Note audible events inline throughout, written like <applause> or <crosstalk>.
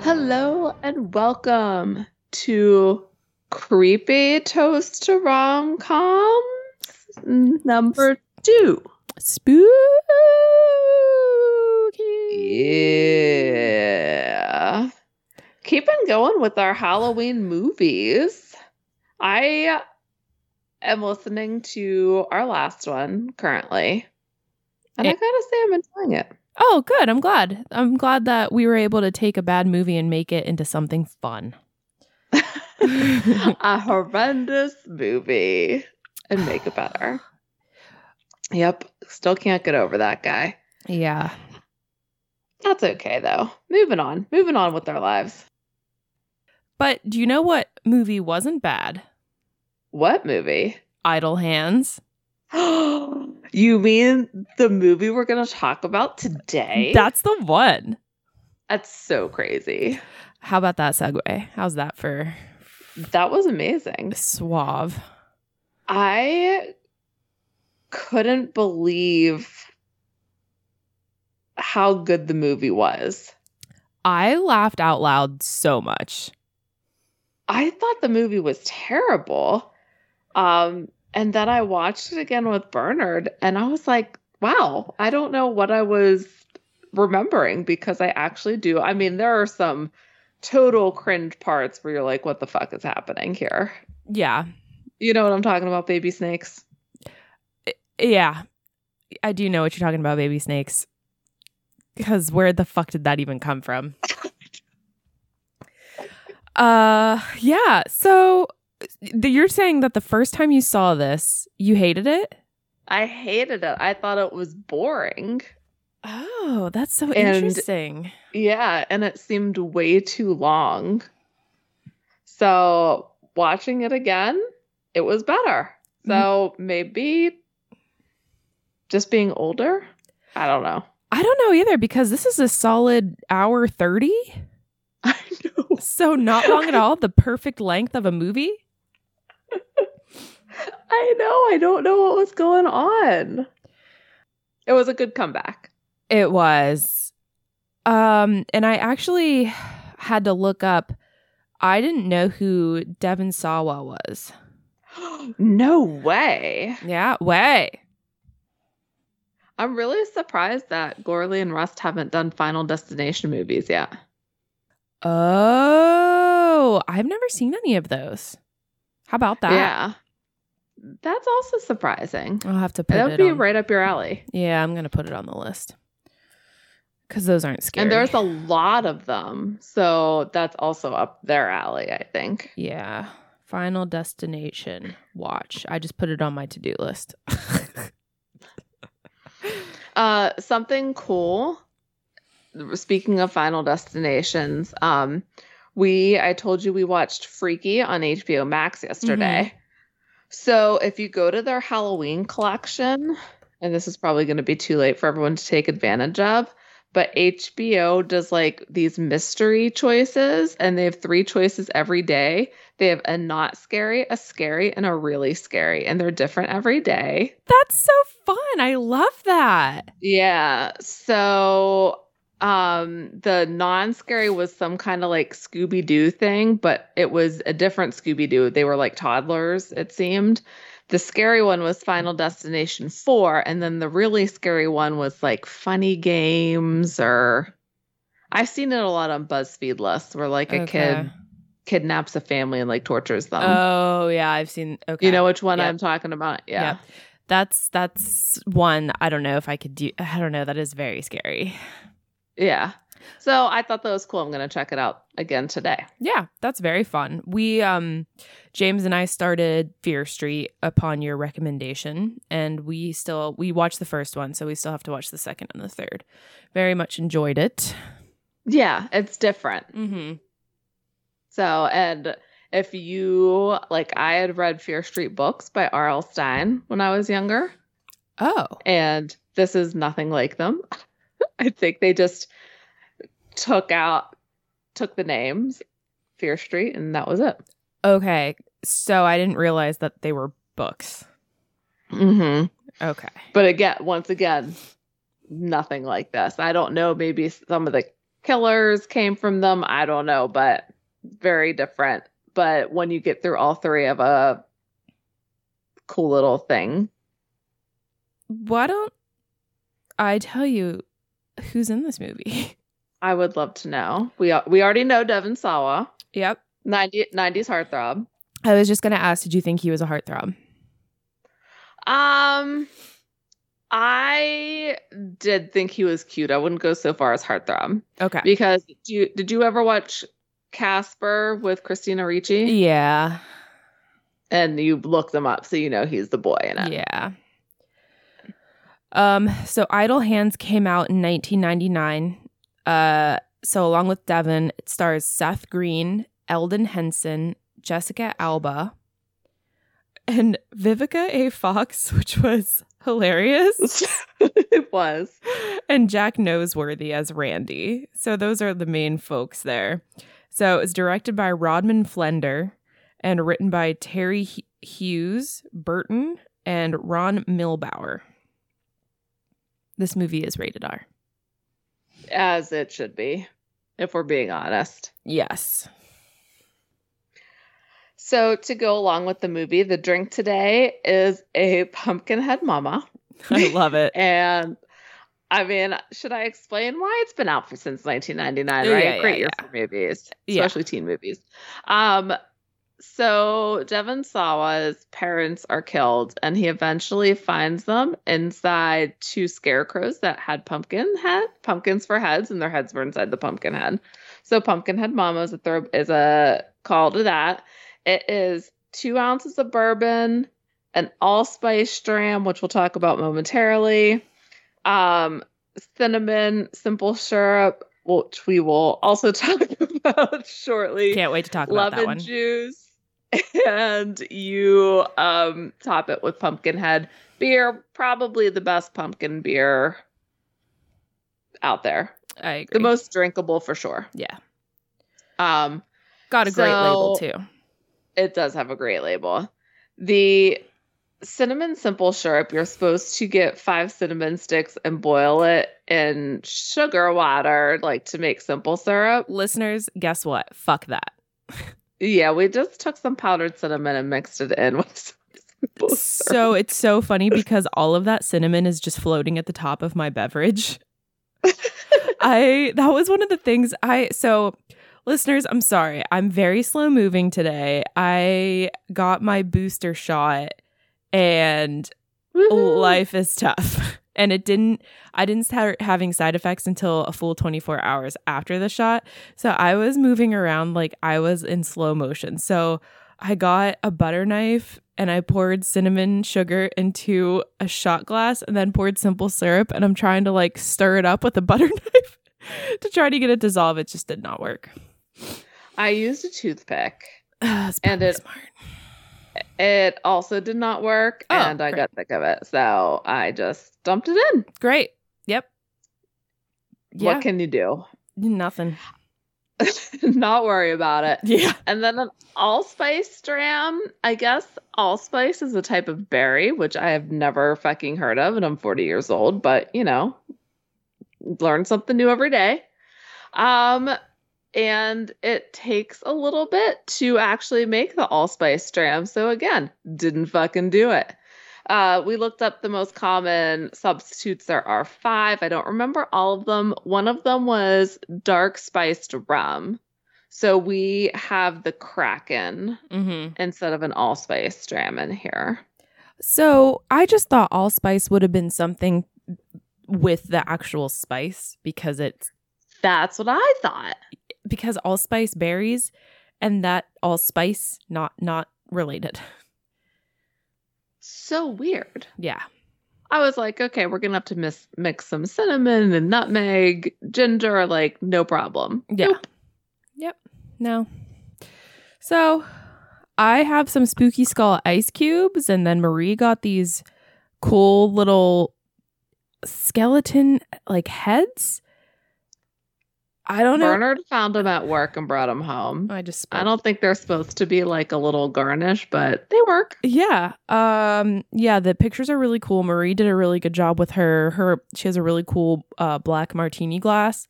Hello and welcome to Creepy Toast to Rom Com number two. Spooky. Yeah. Keeping going with our Halloween movies. I am listening to our last one currently. And I Eh. gotta say, I'm enjoying it. Oh, good. I'm glad. I'm glad that we were able to take a bad movie and make it into something fun. a horrendous movie and make it better. Yep, still can't get over that guy. <laughs> Yeah. That's okay though. Moving on, moving on with our lives. But do you know what movie wasn't bad? What movie? <gasps> Idle Hands. you mean the movie we're going to talk about today? That's the one. That's so crazy. How about that segue? How's that for That was amazing. suave? I couldn't believe how good the movie was. I laughed out loud so much. I thought the movie was terrible. Um, and then I watched it again with Bernard, and I was like, wow, I don't know what I was remembering because I actually do. I mean, there are some total cringe parts where you're like, what the fuck is happening here? Yeah. You know what I'm talking about, baby snakes? Yeah. I do know what you're talking about, baby snakes. Because where the fuck did that even come <laughs> from? uh, yeah. So th- you're saying that the first time you saw this, you hated it? I hated it. I thought it was boring. Oh, that's so And- interesting. Yeah, and it seemed way too long. So watching it again, it was better. So maybe just being older? I don't know. <laughs> I don't know either because this is a solid hour 30. I know. So not long at all. The perfect length of a movie. I know. I don't know what was going on. It was a good comeback. <gasps> It was. Um, and I actually had to look up. I didn't know who Devon Sawa was. no way. Yeah, way. I'm really surprised that Gorley and Rust haven't done Final Destination movies yet. Oh, I've never seen any of those. How about that? Yeah. That's also surprising. I'll have to put That it would be on. right up your alley. Yeah, I'm gonna put it on the list because those aren't scary. And there's a lot of them. So that's also up their alley, I think. yeah. Final Destination watch. I just put it on my to do list. <laughs> Uh, something cool. Speaking of final destinations, um, we I told you we watched Freaky on HBO Max yesterday. So if you go to their Halloween collection, and this is probably going to be too late for everyone to take advantage of, but HBO does like these mystery choices, and they have three choices every day. They have a not scary, a scary, and a really scary, and they're different every day. That's so fun. I love that. Yeah. So um the non-scary was some kind of like Scooby-Doo thing, but it was a different Scooby-Doo. They were like toddlers, it seemed. The scary one was Final Destination 4, and then the really scary one was like funny games or I've seen it a lot on BuzzFeed lists where like a Okay. kid kidnaps a family and like tortures them. Oh yeah, I've seen. Okay, Um, You know which one Yep. I'm talking about? Yeah. Yep. that's that's one. I don't know if I could do. I don't know. That is very scary. Yeah. So I thought that was cool. I'm going to check it out again today. Yeah, that's very fun. We, um, James and I started Fear Street upon your recommendation, and we still we watched the first one, so we still have to watch the second and the third. Very much enjoyed it. Yeah, it's different. Mm-hmm. So, and if you like, I had read Fear Street books by R.L. Stein when I was younger, Oh, and this is nothing like them. <laughs> I think they just took out, took the names Fear Street, and that was it. okay. So I didn't realize that they were books. Mm-hmm. Okay. But again, once again, nothing like this. I don't know, maybe some of the killers came from them. I don't know, but very different. But when you get through all three of a cool little thing. Why don't I tell you who's in this movie? <laughs> I would love to know. We we already know Devin Sawa, Yep. 90, 90s heartthrob. I was just going to ask, did you think he was a heartthrob? Um, I did think he was cute. I wouldn't go so far as heartthrob Okay. because do you, did you ever watch Casper with Christina Ricci? Yeah. And you look them up, so you know he's the boy in it. Yeah. Um, so Idle Hands came out in 1999. Uh, so along with Devon, it stars Seth Green, Eldon Henson, Jessica Alba, and Vivica A. Fox, <laughs> which was hilarious, <laughs> it was. and Jack Noseworthy as Randy. So those are the main folks there. So it was directed by Rodman Flender and written by Terry Hu- Hughes Burton and Ron Milbauer. This movie is rated R. As it should be, if we're being honest. Yes. So, to go along with the movie, the drink today is a pumpkin head mama. <laughs> I love it. And I mean, should I explain why it's been out for since 1999, right? Yeah, yeah, Great year yeah. for movies, Yeah. especially teen movies. Um, so Devon Sawa's parents are killed, and he eventually finds them inside two scarecrows that had pumpkin head pumpkins for heads, and their heads were inside the pumpkin head. So Pumpkinhead Mama is a throw is a call to that. It is two ounces of bourbon, an allspice dram, which we'll talk about momentarily, um, cinnamon, simple syrup, which we will also <laughs> talk about shortly. Can't wait to talk about that Lemon one. juice. <laughs> And you um, top it with Pumpkinhead beer, probably the best pumpkin beer out there. I agree. The most drinkable for sure. Yeah. Um, Got a great label So- too. it does have a great label. The cinnamon simple syrup, you're supposed to get five cinnamon sticks and boil it in sugar water, like to make simple syrup. Listeners, guess what? Fuck that. Yeah, we just took some powdered cinnamon and mixed it in <laughs> with some simple syrup. So it's so funny because all of that cinnamon is just floating at the top of my beverage. I that was one of the things I so listeners, I'm sorry. I'm very slow moving today. I got my booster shot and Woohoo. life is tough. <laughs> And it didn't I didn't start having side effects until a full 24 hours after the shot. So I was moving around like I was in slow motion. So I got a butter knife and I poured cinnamon sugar into a shot glass and then poured simple syrup and I'm trying to like stir it up with a <laughs> butter knife <laughs> to try to get it dissolved. It just did not work. <sighs> I used a toothpick. It's And probably it- smart. It also did not work, Oh, and I great. got sick of it. So I just dumped it in. Great. Yep. Yeah. What can you do? <laughs> Nothing. not worry about it. Yeah. And then an allspice dram. I guess allspice is a type of berry, which I have never fucking heard of, and I'm 40 years old, but you know, learn something new every day. Um, and it takes a little bit to actually make the allspice dram. So again, didn't fucking do it. Uh, we looked up the most common substitutes. There are five. I don't remember all of them. One of them was dark spiced rum. So we have the Kraken Mhm. instead of an allspice dram in here. So I just thought allspice would have been something with the actual spice because it's That's what I thought. because allspice berries and that allspice not not related. <laughs> So weird. Yeah. I was like, okay, we're gonna have to mis- mix some cinnamon and nutmeg, ginger, like no problem. Yeah. Nope. Yep. No. So I have some spooky skull ice cubes and then Marie got these cool little skeleton like heads. I don't know. Bernard found them at work and brought them home. I just I don't think they're supposed to be like a little garnish, but they work. Yeah. Um yeah, the pictures are really cool. Marie did a really good job with her her she has a really cool uh black martini glass.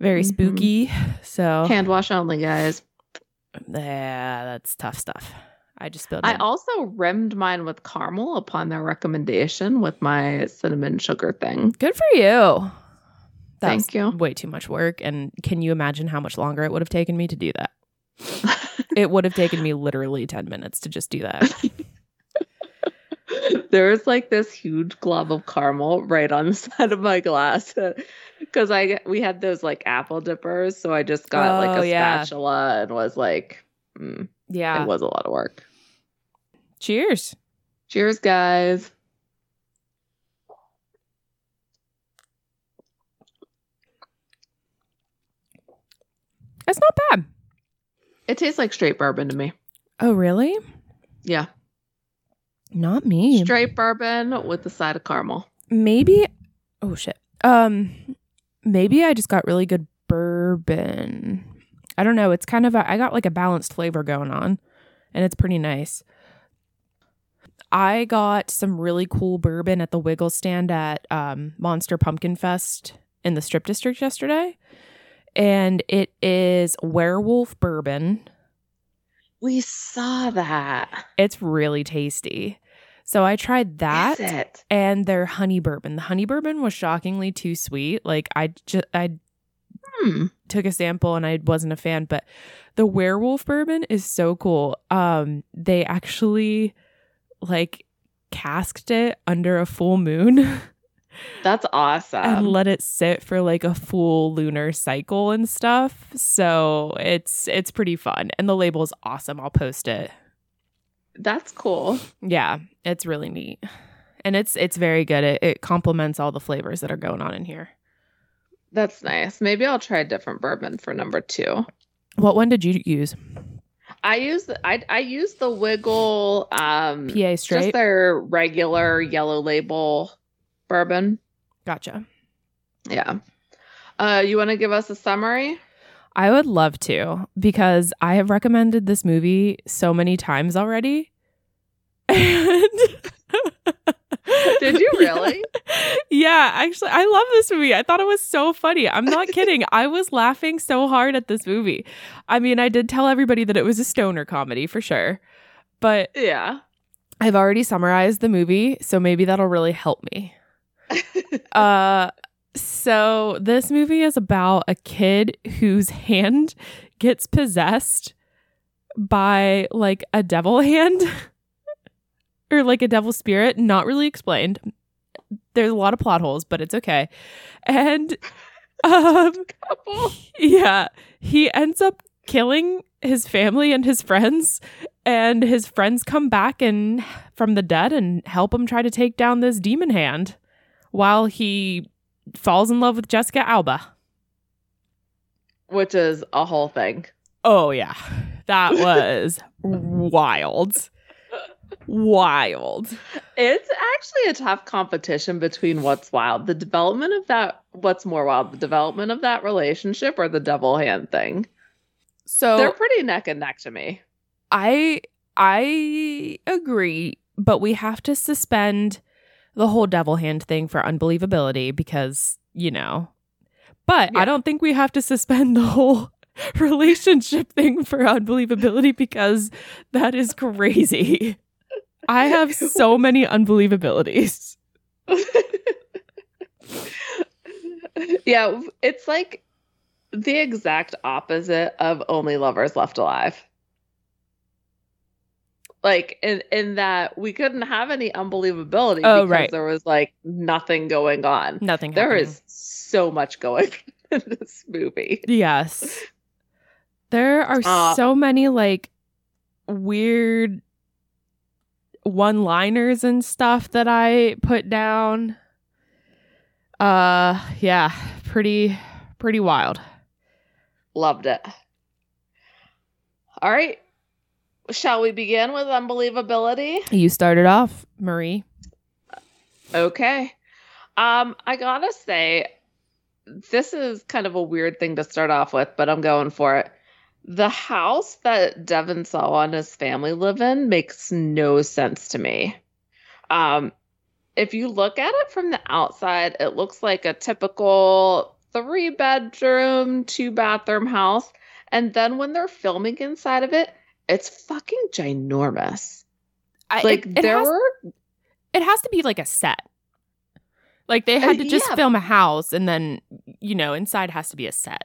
very Mhm. spooky. So Hand wash only, guys. yeah, that's tough stuff. I just spilled. I it. also rimmed mine with caramel upon their recommendation with my cinnamon sugar thing. <laughs> Good for you. That Thank was you. Way too much work, and can you imagine how much longer it would have taken me to do that? It would have taken me literally ten minutes to just <laughs> do that. there was like this huge glob of caramel right on the <laughs> side of my glass <laughs> because I we had those like apple dippers, so I just got like Oh, a yeah. spatula and was like, mm, Yeah. it was a lot of work. Cheers. Cheers, guys. That's not bad. It tastes like straight bourbon to me. Oh, really? Yeah, Not me. straight bourbon with the side of caramel. maybe. Oh shit. Um, maybe I just got really good bourbon. I don't know. It's kind of a, I got like a balanced flavor going on, and it's pretty nice. I got some really cool bourbon at the Wiggle stand at um, Monster Pumpkin Fest in the Strip District yesterday, and it is werewolf bourbon. We saw that. It's really tasty. So I tried that Is it. and their honey bourbon. The honey bourbon was shockingly too sweet. Like I just I Hmm. took a sample and I wasn't a fan, but the werewolf bourbon is so cool. Um they actually like casked it under a full moon <laughs> That's and awesome. let it sit for like a full lunar cycle and stuff. So it's it's pretty fun and the label is awesome. I'll post it. That's cool. Yeah, it's really neat. And it's it's very good. It, it complements all the flavors that are going on in here. That's nice. Maybe I'll try a different bourbon for number two. What one did you use? I use the I I use the Wiggle um PA just straight. their regular yellow label bourbon. gotcha. Yeah. Uh you want to give us a summary? I would love to because I have recommended this movie so many times already. <laughs> And <laughs> <laughs> Did you really? yeah, actually, I love this movie. I thought it was so funny. <laughs> I'm not kidding. I was laughing so hard at this movie. I mean, I did tell everybody that it was a stoner comedy for sure, but Yeah. I've already summarized the movie, so maybe that'll really help me. uh so this movie is about a kid whose hand gets possessed by like a devil <laughs> hand or like a devil spirit, not really explained. There's a lot of plot holes, but it's okay. And <laughs> um Couple. yeah, he ends up killing his family and his friends, and his friends come back and from the dead and help him try to take down this demon hand, while he falls in love with Jessica Alba. Which is a whole thing. Oh yeah, <laughs> that was wild, wild. It's actually a tough competition between what's wild, the development of that what's more wild, the development of that relationship or the double hand thing. So They're pretty neck and neck to me. I I agree, but we have to suspend the whole devil hand thing for unbelievability because, you know. But Yeah. I don't think we have to suspend the whole <laughs> relationship thing for unbelievability because that is crazy. I have so many unbelievabilities. <laughs> yeah, it's like the exact opposite of only lovers left alive. Like in in that we couldn't have any unbelievability Oh, because right. Mm-hmm. there was like nothing going on. Nothing There happening. is so much going <laughs> on in this movie. Yes. There are Uh, so many like weird one liners and stuff that I put down. Uh yeah, pretty pretty wild. Loved it. All right. Shall we begin with unbelievability? You started off, Marie. Okay. Um, I gotta say, this is kind of a weird thing to start off with, but I'm going for it. The house that Devin saw and his family live in makes no sense to me. Um, if you look at it from the outside, it looks like a typical three bedroom, two bathroom house. And then when they're filming inside of it, it's fucking ginormous. I, Like it, it there has, were it has to be like a set. Like they Uh, had to just yeah. film a house and then you know inside has to be a set.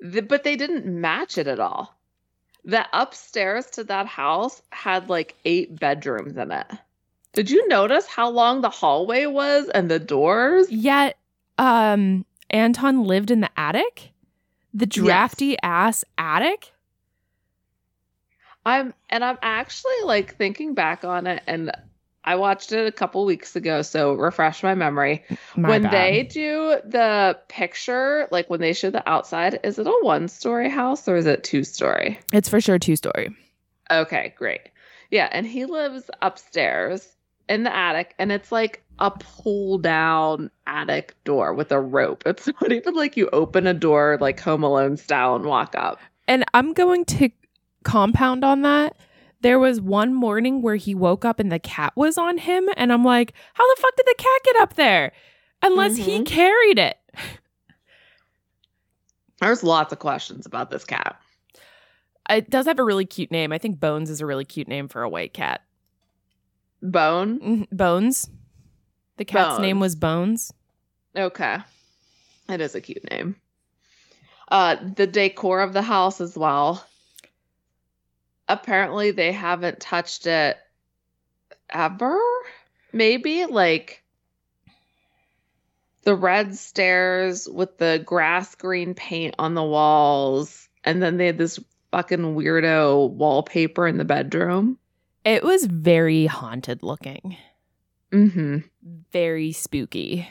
th- but they didn't match it at all. The upstairs to that house had like eight bedrooms in it. Did you notice how long the hallway was and the doors? Yet um Anton lived in the attic. The drafty ass attic. I'm and I'm actually like thinking back on it and I watched it a couple weeks ago, so refresh my memory. My when bad. they do the picture, like when they show the outside, is it a one story house or is it two story? It's for sure two story. Okay, great. Yeah, and he lives upstairs in the attic, and it's like a pull down attic door with a rope. It's <laughs> not even like you open a door like Home Alone style and walk up. And I'm going to compound on that. There was one morning where he woke up and the cat was on him, and I'm like, how the fuck did the cat get up there? Unless he Mhm. carried it. There's lots of questions about this cat. Uh, It does have a really cute name. I think Bones is a really cute name for a white cat. Bone. Mhm. Bones. The cat's name Bones. was Bones. Okay. It is a cute name. Uh the decor of the house as well. Apparently they haven't touched it ever. Maybe like the red stairs with the grass green paint on the walls and then they had this fucking weirdo wallpaper in the bedroom. It was very haunted looking, Mhm. very spooky.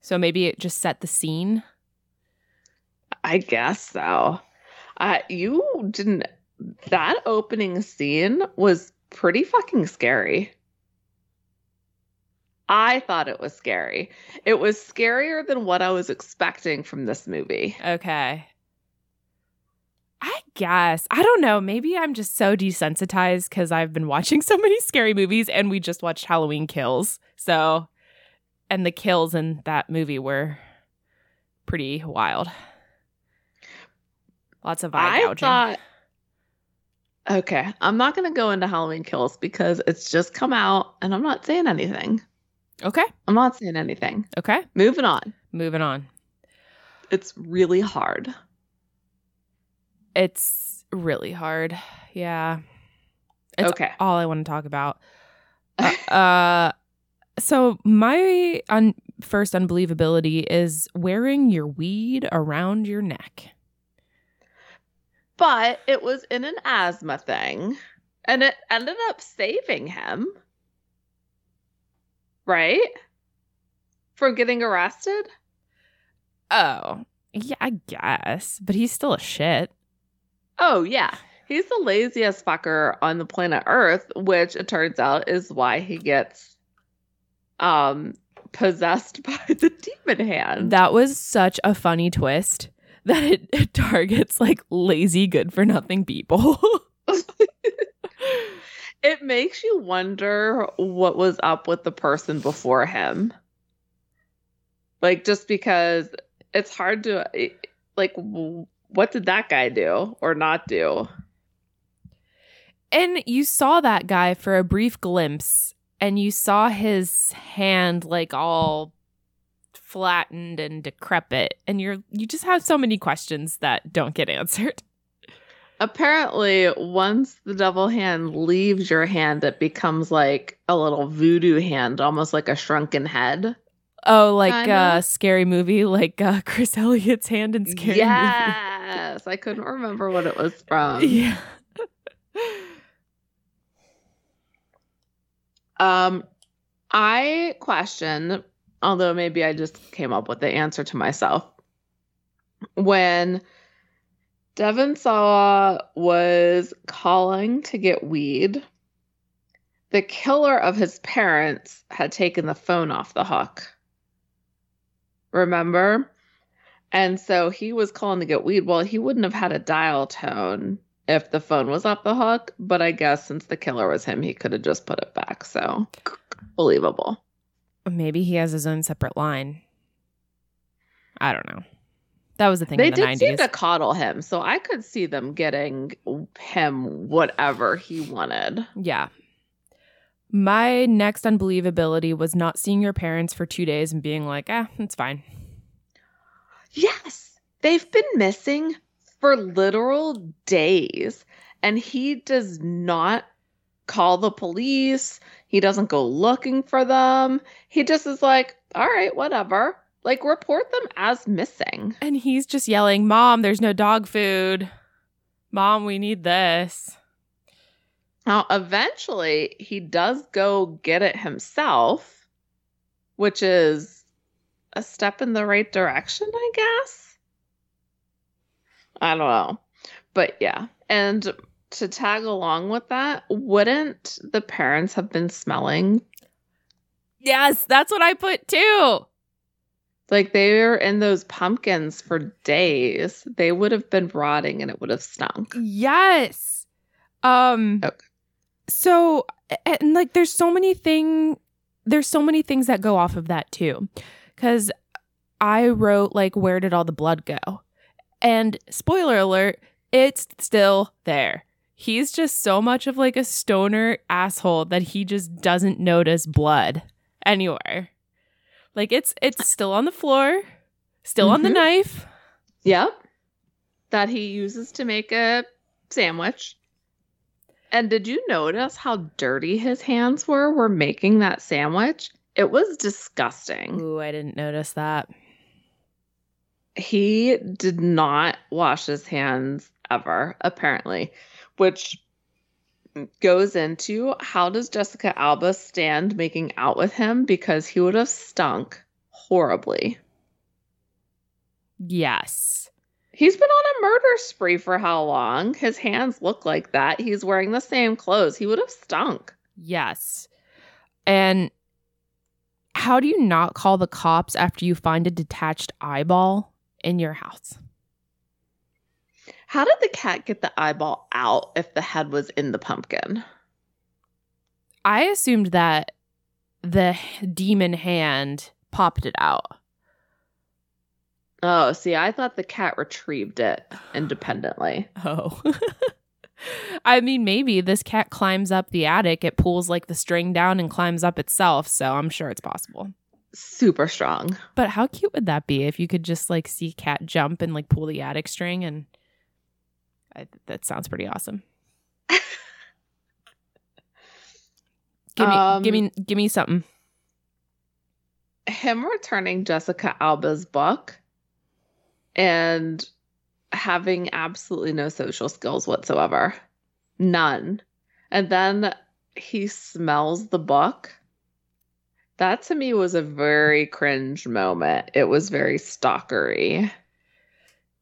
So maybe it just set the scene. I guess so. Uh, you didn't. That opening scene was pretty fucking scary. I thought it was scary. It was scarier than what I was expecting from this movie. Okay. I guess. I don't know. Maybe I'm just so desensitized because I've been watching <laughs> so many scary movies and we just watched Halloween Kills. So, and the kills in that movie were pretty wild. Lots of eye I gouging. thought. Okay, I'm not going to go into Halloween Kills because it's just come out and I'm not saying anything. okay. I'm not saying anything. Okay. Moving on. Moving on. It's really hard. It's really hard. Yeah. It's okay. all I want to talk about. Uh, uh, so my un- first unbelievability is wearing your weed around your neck. but it was in an asthma thing and it ended up saving him right from getting arrested Oh, yeah, I guess, but he's still a shit. oh yeah he's the laziest fucker on the planet earth which it turns out is why he gets um possessed <laughs> by the demon hand That was such a funny twist that it, <laughs> it targets like lazy, good for nothing people. <laughs> it makes you wonder what was up with the person before him. Like, just because it's hard to, eh, like, w- what did that guy do or not do? and you saw that guy for a brief glimpse, and you saw his hand like all flattened and decrepit, and you're you just have so many questions that don't get answered. <laughs> Apparently, once the devil hand leaves your hand, it becomes like a little voodoo hand, almost like a shrunken head. Oh, like Kinda. a uh, scary movie, like uh, <laughs> Chris Elliott's hand in scary Yes, I couldn't remember what it was from. <laughs> movie. Yeah. <laughs> Um, I question, although maybe I just came up with the answer to myself. When Devon Sawa was calling to get weed, the killer of his parents had taken the phone off the hook. Remember? And so he was calling to get weed. Well, he wouldn't have had a dial tone if the phone was off the hook, but I guess since the killer was him, he could have just put it back. So believable. Maybe he has his own separate line. I don't know. That was the thing They in the did seem nineties. to coddle him, so I could see them getting him whatever he wanted. yeah. My next unbelievability was not seeing your parents for two days and being like, ah, it's fine. Yes, they've been missing for literal days, and he does not call the police. He doesn't go looking for them. He just is like, all right, whatever. Like, report them as missing. And he's just yelling, Mom, there's no dog food. Mom, we need this. Now, eventually, he does go get it himself, which is a step in the right direction, I guess. I don't know. But yeah. And to tag along with that, wouldn't the parents have been smelling? Yes, that's what I put too. Like they were in those pumpkins for days. They would have been rotting and it would have stunk. Yes. Um Okay. so a- and like there's so many thing there's so many things that go off of that too. Cuz I wrote like where did all the blood go? And spoiler alert, it's still there. He's just so much of like a stoner asshole that he just doesn't notice blood anywhere. Like it's it's still on the floor, still on the Mhm. knife. Yep. That he uses to make a sandwich. And did you notice how dirty his hands were were making that sandwich? It was disgusting. Ooh, I didn't notice that. He did not wash his hands ever, apparently, which goes into how does Jessica Alba stand making out with him because he would have stunk horribly. Yes. He's been on a murder spree for how long? His hands look like that. He's wearing the same clothes. He would have stunk. Yes. And how do you not call the cops after you find a detached eyeball in your house? How did the cat get the eyeball out if the head was in the pumpkin? I assumed that the demon hand popped it out. Oh, see, I thought the cat retrieved it independently. Oh. <laughs> I mean, maybe this cat climbs up the attic, it pulls like the string down and climbs up itself, so I'm sure it's possible. Super strong. But how cute would that be if you could just like see cat jump and like pull the attic string and I, that sounds pretty <laughs> awesome. give me give me give me something. Him returning Jessica Alba's book and having absolutely no social skills whatsoever. None. And then he smells the book. That to me was a very cringe moment. It was very stalkery.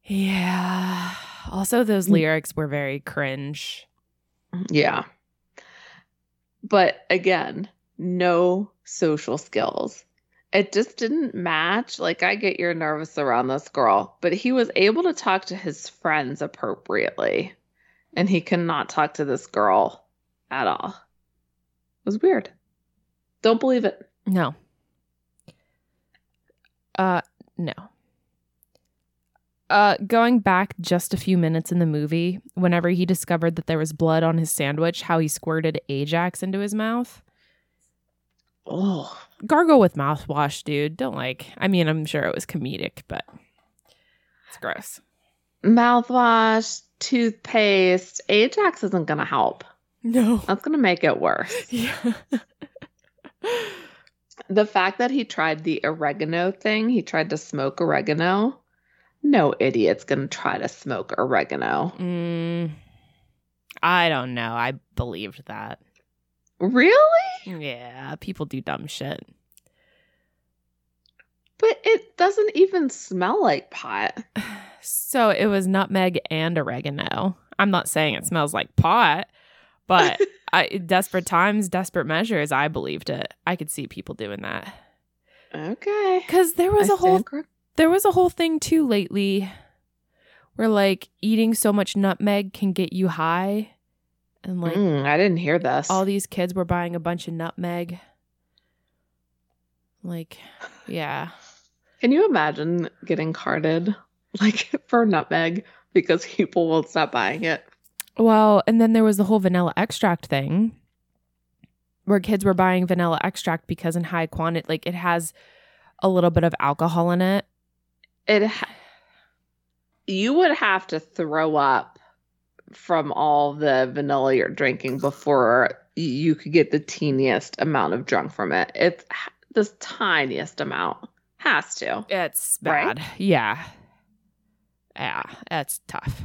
Yeah. Also those Mm. lyrics were very cringe. Yeah. But again, no social skills. It just didn't match. Like, I get you're nervous around this girl, but he was able to talk to his friends appropriately, and he cannot talk to this girl at all. It was weird. Don't believe it. No. Uh no. Uh going back just a few minutes in the movie, whenever he discovered that there was blood on his sandwich, how he squirted Ajax into his mouth. Oh, gargle with mouthwash, dude. Don't like. I mean, I'm sure it was comedic, but it's gross. mouthwash, toothpaste. Ajax isn't going to help. No. That's going to make it worse. <laughs> Yeah. the fact that he tried the oregano thing, he tried to smoke oregano. No idiot's gonna try to smoke oregano. mm, I don't know. I believed that. Really? Yeah, people do dumb shit. But it doesn't even smell like pot. So it was nutmeg and oregano. I'm not saying it smells like pot, <laughs> but I, desperate times, desperate measures. I believed it. I could see people doing that <laughs> Okay. because there was I a whole stand cor- there was a whole thing too lately where like eating so much nutmeg can get you high and like Mm, I didn't hear this. all these kids were buying a bunch of nutmeg like yeah Can you imagine getting carded <laughs> like for nutmeg because people won't stop buying it? Well, and then there was the whole vanilla extract thing where kids were buying vanilla extract because in high quantity, like it has a little bit of alcohol in it. It ha- you would have to throw up from all the vanilla you're drinking before you could get the teeniest amount of drunk from it. It's the tiniest amount. Has to. It's bad. Yeah. Yeah, that's tough.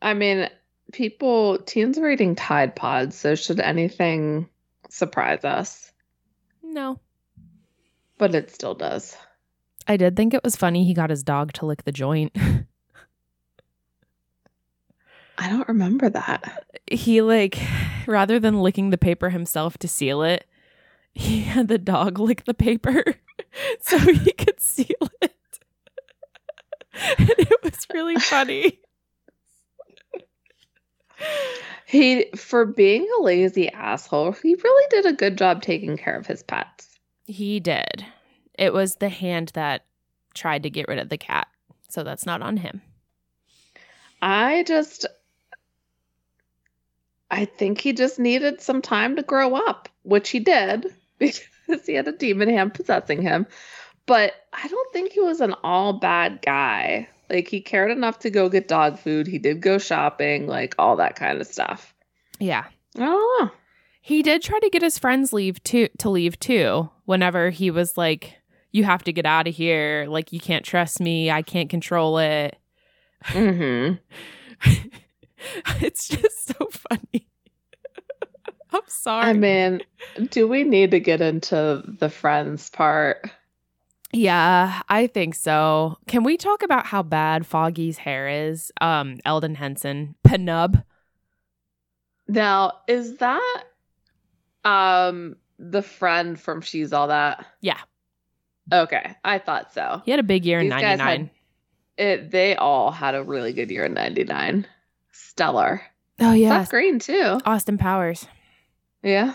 I mean, people, teens are eating Tide Pods, so should anything surprise us? No. But it still does. I did think it was funny he got his dog to lick the joint. <laughs> I don't remember that. he like rather than licking the paper himself to seal it, he had the dog <laughs> lick the paper so <laughs> he could seal it. and it was really funny. He, for being a lazy asshole, he really did a good job taking care of his pets. He did. It was the hand that tried to get rid of the cat, so that's not on him. I just, I think he just needed some time to grow up, which he did <laughs> because he had a demon hand possessing him. But I don't think he was an all bad guy. Like he cared enough to go get dog food. He did go shopping, like all that kind of stuff. Yeah. I don't know. He did try to get his friends leave too to leave too whenever he was like you have to get out of here, like you can't trust me, I can't control it. <laughs> Mm-hmm. it's just so funny. <laughs> I'm sorry. I mean, do we need to get into the friends part? Yeah, I think so. Can we talk about how bad Foggy's hair is? Um, Eldon Henson, Penub. Now, is that um the friend from She's All That? Yeah. Okay, I thought so. He had a big year in These guys had- '99. It they all had a really good year in 99. Stellar. Oh yeah, Seth Green too. Austin Powers. Yeah.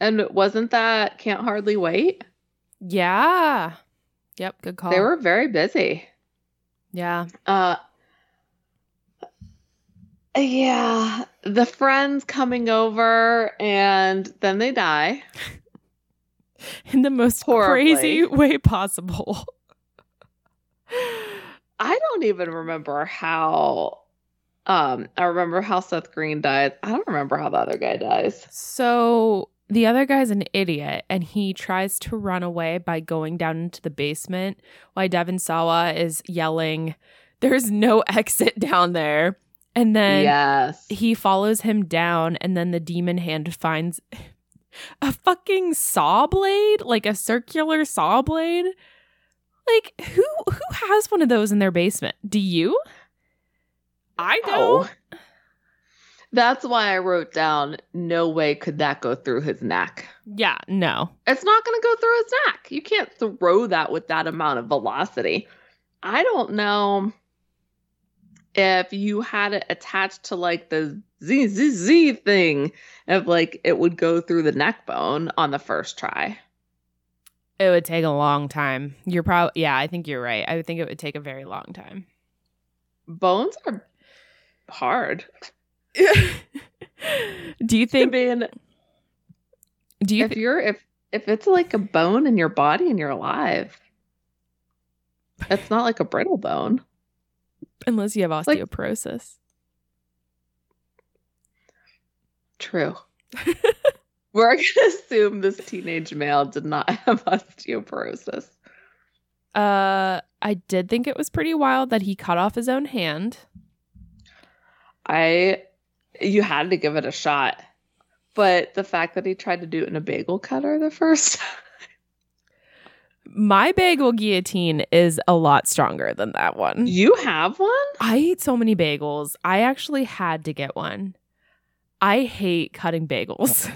And wasn't that Can't Hardly Wait? Yeah. Yep. Good call. They were very busy. Yeah. Uh yeah, the friends coming over and then they die. In the most Horribly. crazy way possible. I don't even remember how um I remember how Seth Green died. I don't remember how the other guy dies. So the other guy's an idiot and he tries to run away by going down into the basement while Devin Sawa is yelling, There's no <laughs> exit down there. And then yes. he follows him down, and then the demon hand finds a fucking saw blade, like a circular saw blade. Like who who has one of those in their basement? Do you? I Oh. don't. That's why I wrote down no way could that go through his neck. Yeah, no. It's not going to go through his neck. You can't throw that with that amount of velocity. I don't know if you had it attached to like the Z Z Z thing, if like it would go through the neck bone on the first try. It would take a long time. You're probably yeah. I think you're right. I would think it would take a very long <laughs> time. Bones are hard. do you I think? mean, Do you? if Th- you're if if it's like a bone in your body and you're alive, it's not like a brittle bone. unless you have like- osteoporosis. <laughs> True. We're going to assume this teenage male did not have osteoporosis. uh, I did think it was pretty wild that he cut off his own hand. I, you had to give it a shot. But the fact that he tried to do it in a bagel cutter the first My bagel guillotine is a lot stronger than that one. you have one? I eat so many bagels. I actually had to get one. I hate cutting bagels.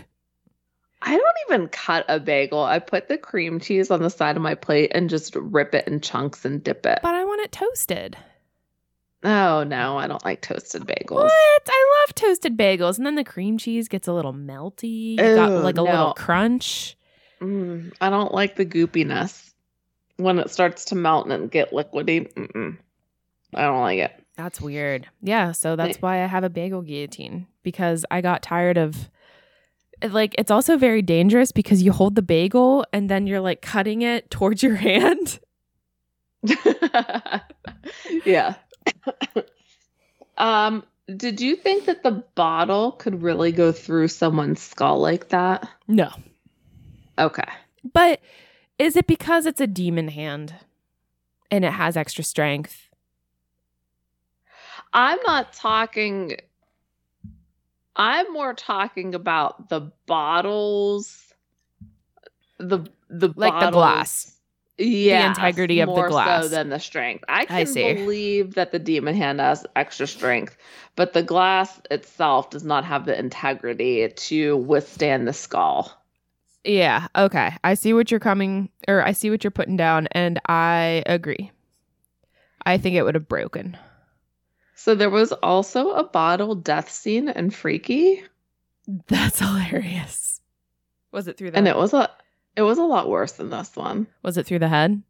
<laughs> I don't even cut a bagel. I put the cream cheese on the side of my plate and just rip it in chunks and dip it. But I want it toasted. Oh no, I don't like toasted bagels. What? I love toasted bagels. And then the cream cheese gets a little melty. You got Ew, like a little no. crunch. Mm, I don't like the goopiness. when it starts to melt and get liquidy. Mm-mm. I don't like it. That's weird. Yeah, so that's why I have a bagel guillotine because I got tired of like it's also very dangerous because you hold the bagel and then you're like cutting it towards your <laughs> hand. <laughs> yeah. um, did you think that the bottle could really go through someone's skull like that? No. Okay. But is it because it's a demon hand and it has extra strength? I'm not talking I'm more talking about the bottles the the Like the bottles- glass. Yeah, integrity of the more glass. so than the strength. I can I see. believe that the demon hand has extra strength, but the glass itself does not have the integrity to withstand the skull. Yeah, okay. I see what you're coming or I see what you're putting down and I agree. I think it would have broken. So there was also a bottle death scene in Freaky, <laughs> That's hilarious. Was it through the and it was a it was a lot worse than this one. was it through the head?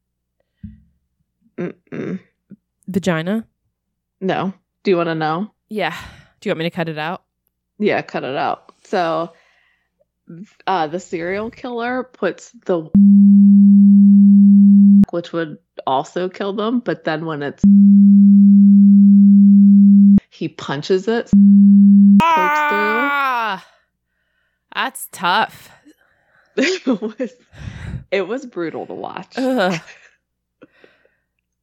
Mm-mm. Vagina? No, do you want to know? Yeah. Do you want me to cut it out? Yeah, cut it out. So uh, the serial killer puts the <laughs> which would also kill them, but then when it's he punches it. <laughs> Ah, that's tough. it was it was brutal to watch. Ugh. it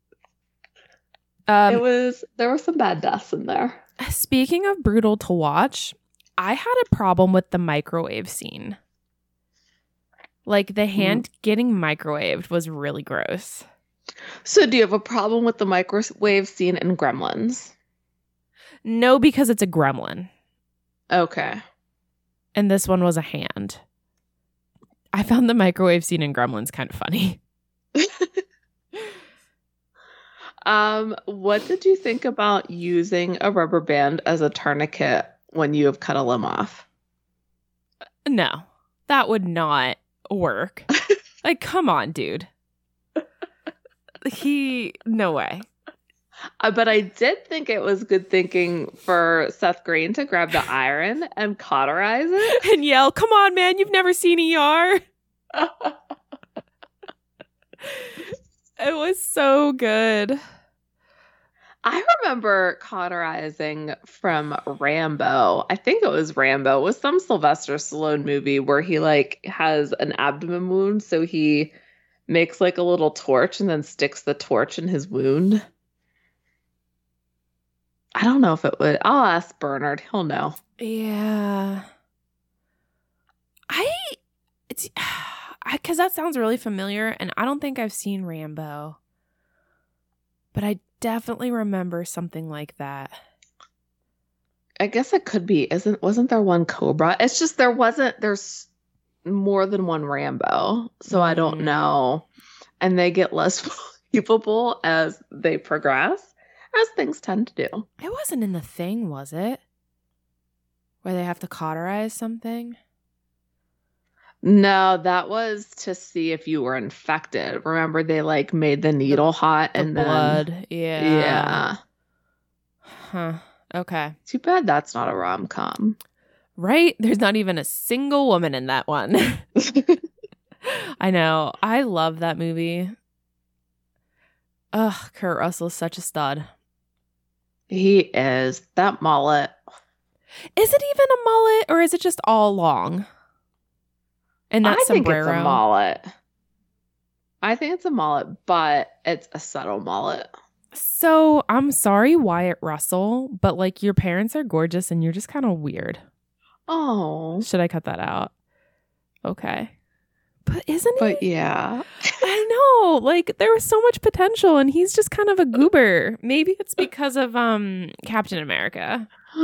<laughs> Um, was there were some bad deaths in there. speaking of brutal to watch, I had a problem with the microwave scene. Like the hand getting microwaved was really gross. So do you have a problem with the microwave scene in Gremlins? No, because it's a gremlin, Okay. and this one was a hand. I found the microwave scene in Gremlins kind of funny. <laughs> Um, what did you think about using a rubber band as a tourniquet when you have cut a limb off? No, that would not work. like, come on, dude. He, no way. Uh, but I did think it was good thinking for Seth Green to grab the iron and cauterize it. And yell, come on, man, you've never seen ER. It was so good. I remember cauterizing from Rambo. I think it was Rambo. It was some Sylvester Stallone movie where he like has an abdomen wound, so he makes like a little torch and then sticks the torch in his wound. I don't know if it would. I'll ask Bernard. He'll know. Yeah. I, it's, <sighs> I, cause that sounds really familiar, and I don't think I've seen Rambo, but I definitely remember something like that. I guess it could be. Isn't wasn't there one Cobra? It's just there wasn't there's more than one Rambo. So I don't Mm. know. And they get less <laughs> believable as they progress, as things tend to do. It wasn't in the thing, was it? Where they have to cauterize something? No, that was to see if you were infected. Remember they like made the needle hot The and blood. then yeah. yeah. Huh. Okay. Too bad that's not a rom com. Right? There's not even a single woman in that one. <laughs> I know. I love that movie. Ugh, Kurt Russell's such a stud. <laughs> he is that mullet. Is it even a mullet or is it just all long? And that I think sombrero. it's a mullet. I think it's a mullet, but it's a subtle mullet. So I'm sorry, Wyatt Russell, but like your parents are gorgeous and you're just kind of weird. Oh, Should I cut that out? Okay. But isn't but he? yeah. I know. Like there was so much potential and he's just kind of a goober. Maybe <laughs> it's because of um Captain America. <laughs>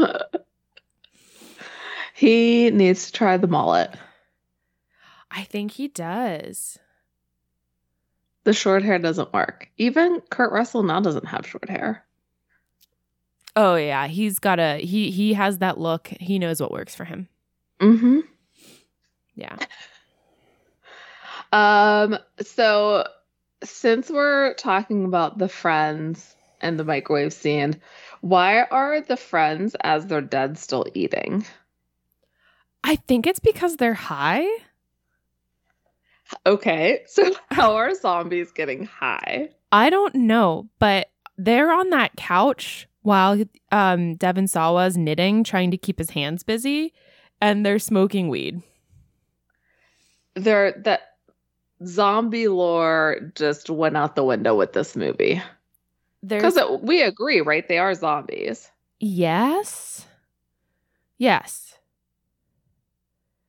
he needs to try the mullet. I think he does. The short hair doesn't work. Even Kurt Russell now doesn't have short hair. Oh yeah, he's got a he he has that look. He knows what works for him. Mm-hmm. Yeah. Um, so since we're talking about the friends and the microwave scene, why are the friends as they're dead still eating? I think it's because they're high. Okay, so <laughs> how are zombies getting high? I don't know, but they're on that couch while um, Devin Sawa's knitting, trying to keep his hands busy, and they're smoking weed. They're that zombie lore just went out the window with this movie. There's Because we agree, right? They are zombies. yes, yes,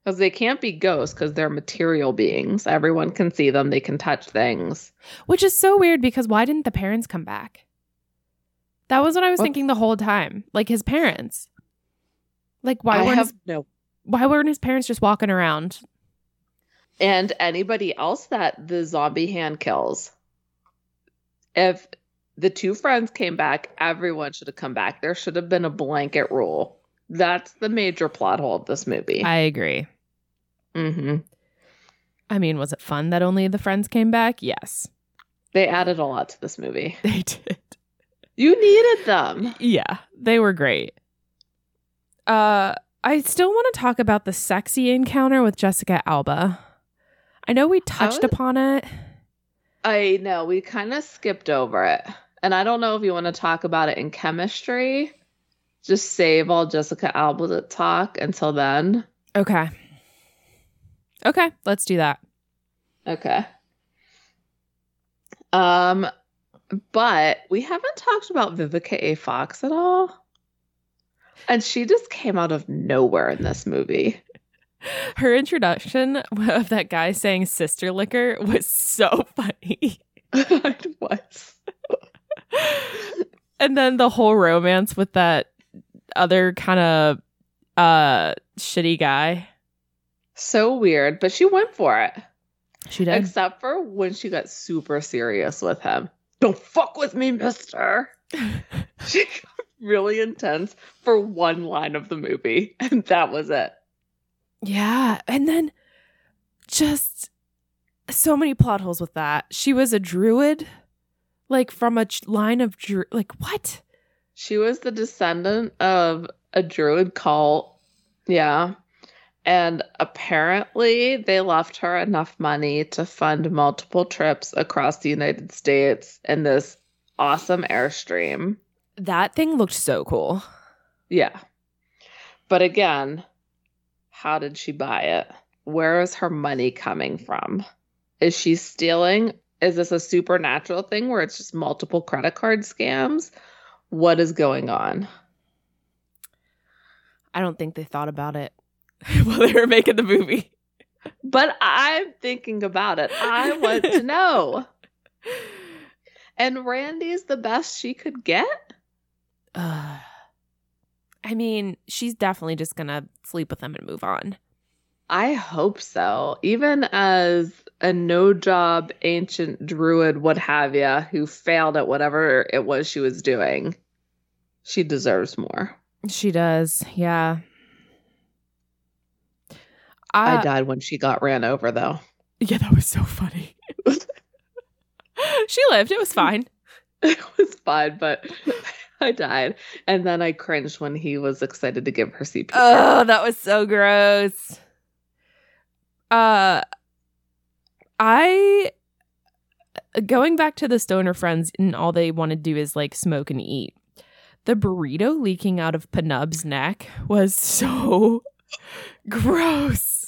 Because they can't be ghosts because they're material beings. Everyone can see them, they can touch things. which is so weird because why didn't the parents come back? That was what I was What? thinking the whole time. Like his parents, like why I weren't have his, no. why weren't his parents just walking around? And anybody else that the zombie hand kills. If the two friends came back, everyone should have come back. There should have been a blanket rule. That's the major plot hole of this movie. I agree. hmm I mean, was it fun that only the friends came back? Yes, <laughs> They added a lot to this movie. they did. You needed them. Yeah, they were great. Uh, I still want to talk about the sexy encounter with Jessica Alba. I know we touched was- upon it. I know. We kind of skipped over it. And I don't know if you want to talk about it in chemistry. Just save all Jessica Alba talk until then. Okay. Okay, let's do that. Okay. Um, but we haven't talked about Vivica A. Fox at all. And she just came out of nowhere in this movie. <laughs> Her introduction <laughs> of that guy saying sister liquor was so <laughs> funny. it was. and then the whole romance with that other kind of uh shitty guy. So weird, but she went for it. She Except for when she got super serious with him. Don't fuck with me, mister. she got really intense for one line of the movie, <laughs> and that was it. Yeah. And then just so many plot holes with that. She was a druid, like from a ch- line of druid. Like, what? She was the descendant of a druid cult. Yeah. And apparently, they left her enough money to fund multiple trips across the United States in this awesome Airstream. That thing looked so cool. Yeah. But again, how did she buy it? Where is her money coming from? Is she stealing? Is this a supernatural thing where it's just multiple credit card scams? What is going on? I don't think they thought about it <laughs> while they were making the movie. <sighs> But I'm thinking about it. I want to know. And Randy's the best she could get? Ugh. I mean, she's definitely just going to sleep with him and move on. I hope so. Even as a no job ancient druid, what have ya, who failed at whatever it was she was doing, she deserves more. She does. Yeah. I, I Uh, died when she got ran over, though. <laughs> yeah, that was so funny. <laughs> she lived. It was fine. It was fine, but <laughs> I died. And then I cringed when he was excited to give her CPR. Oh, that was so gross. Uh I going back to the stoner friends and all they want to do is like smoke and eat. The burrito leaking out of Penub's neck was <laughs> so gross.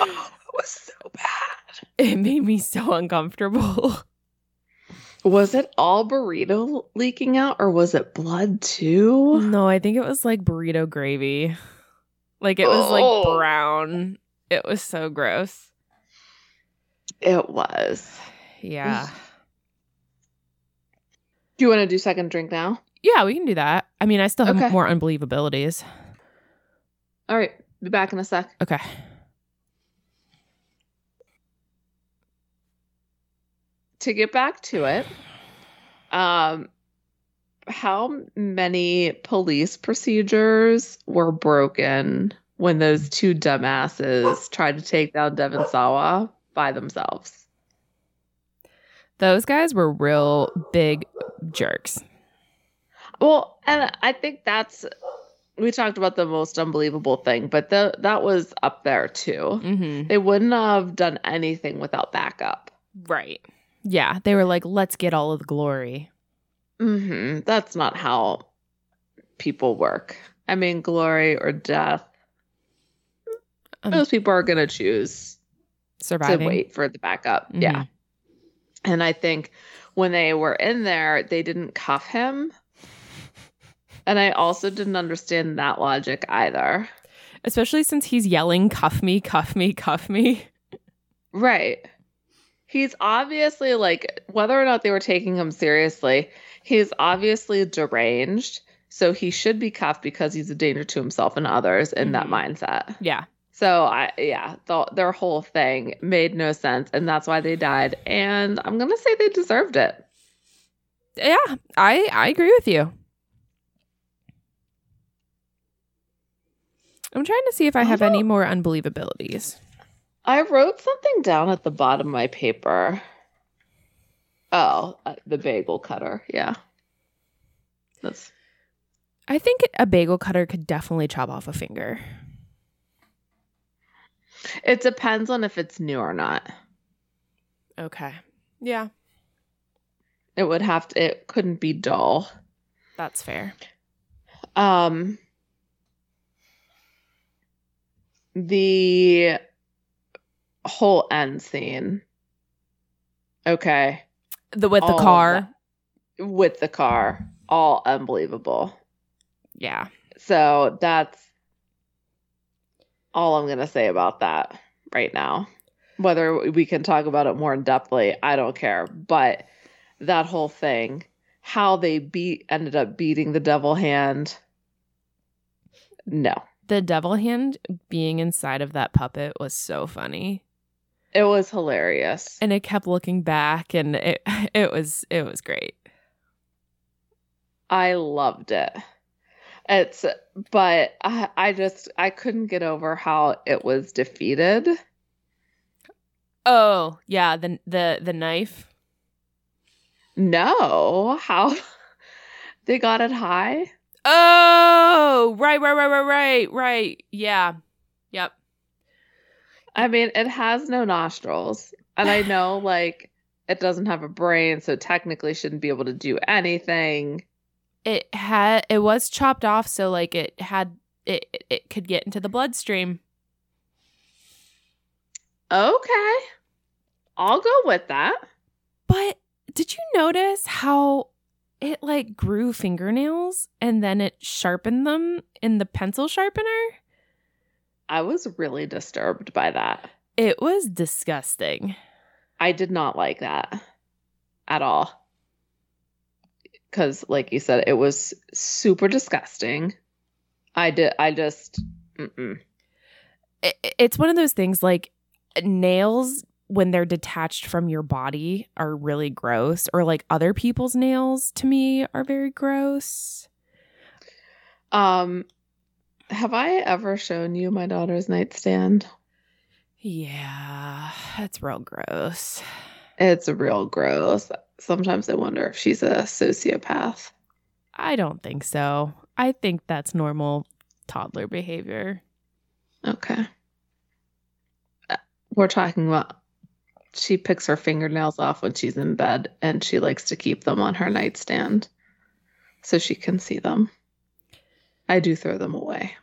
oh, <gasps> it was so bad. It made me so uncomfortable. Was it all burrito leaking out, or was it blood too? No, I think it was like burrito gravy. Like it was like Oh. brown. It was so gross. It was. Yeah. Do you want to do second drink now? Yeah, we can do that. I mean, I still have Okay. more unbelievabilities. All right, be back in a sec. Okay. to get back to it, um, how many police procedures were broken when those two dumbasses tried to take down Devon Sawa by themselves? Those guys were real big jerks. Well, and I think that's we talked about the most unbelievable thing, but the, that was up there too. Mm-hmm. They wouldn't have done anything without backup. Right. Yeah. They were like, let's get all of the glory. hmm That's not how people work. I mean, glory or death. Um, Most people are going to choose Surviving. to wait for the backup. Mhm. Yeah. And I think when they were in there, they didn't cuff him. And I also didn't understand that logic either. Especially since he's yelling, cuff me, cuff me, cuff me. <laughs> Right. He's obviously like, whether or not they were taking him seriously, he's obviously deranged. So he should be cuffed because he's a danger to himself and others in that mindset. Yeah. So I, yeah, the, their whole thing made no sense, and that's why they died. And I'm gonna say they deserved it. Yeah. I, I agree with you. I'm trying to see if I I have any don't- more unbelievabilities. I wrote something down at the bottom of my paper. Oh, uh, the bagel cutter. Yeah, that's I think a bagel cutter could definitely chop off a finger. It depends on if it's new or not. Okay. Yeah. It would have to. It couldn't be dull. That's fair. Um. The whole end scene. Okay. The with All the of car. that. with the car. All unbelievable. Yeah. So that's all I'm going to say about that right now. Whether we can talk about it more in depthly, I don't care. But that whole thing, how they beat ended up beating the devil hand. No. The devil hand being inside of that puppet was so funny. It was hilarious. And it kept looking back and it <laughs> it was it was great. I loved it. It's but I, I just I couldn't get over how it was defeated. Oh, yeah, the the the knife. No, how <laughs> they got it high. Oh, right, right, right, right, right, right. Yeah. Yep. I mean, it has no nostrils. And I know, like, it doesn't have a brain, so technically shouldn't be able to do anything. It had it was chopped off so like it had it it- it could get into the bloodstream. Okay. I'll go with that. But did you notice how it like grew fingernails and then it sharpened them in the pencil sharpener? I was really disturbed by that. It was disgusting. I did not like that at all. Cause like you said, it was super disgusting. I did I just mm-mm. I- I- it's one of those things like nails when they're detached from your body are really gross or like other people's nails to me are very gross. um have I ever shown you my daughter's nightstand? Yeah, that's real gross. It's real gross. Sometimes I wonder if she's a sociopath. I don't think so. I think that's normal toddler behavior. Okay. Uh, We're talking about she picks her fingernails off when she's in bed and she likes to keep them on her nightstand so she can see them. I do throw them away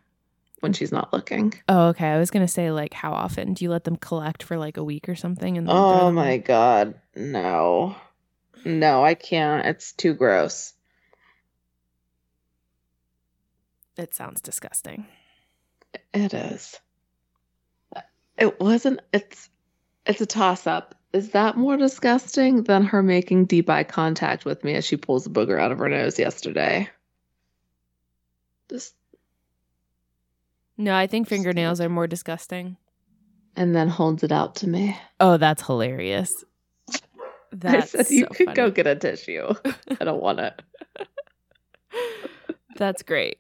when she's not looking. Oh, okay. I was gonna say like how often do you let them collect for like a week or something? And then throw Oh them my away? god. No. No, I can't. It's too gross. it sounds disgusting. It is. It wasn't it's it's a toss up. Is that more disgusting than her making deep eye contact with me as she pulls a booger out of her nose yesterday? Just No, I think fingernails are more disgusting. and then holds it out to me. <laughs> Oh, that's hilarious. That's I said you so could go funny. get a <laughs> tissue. I don't want it. <laughs> That's great.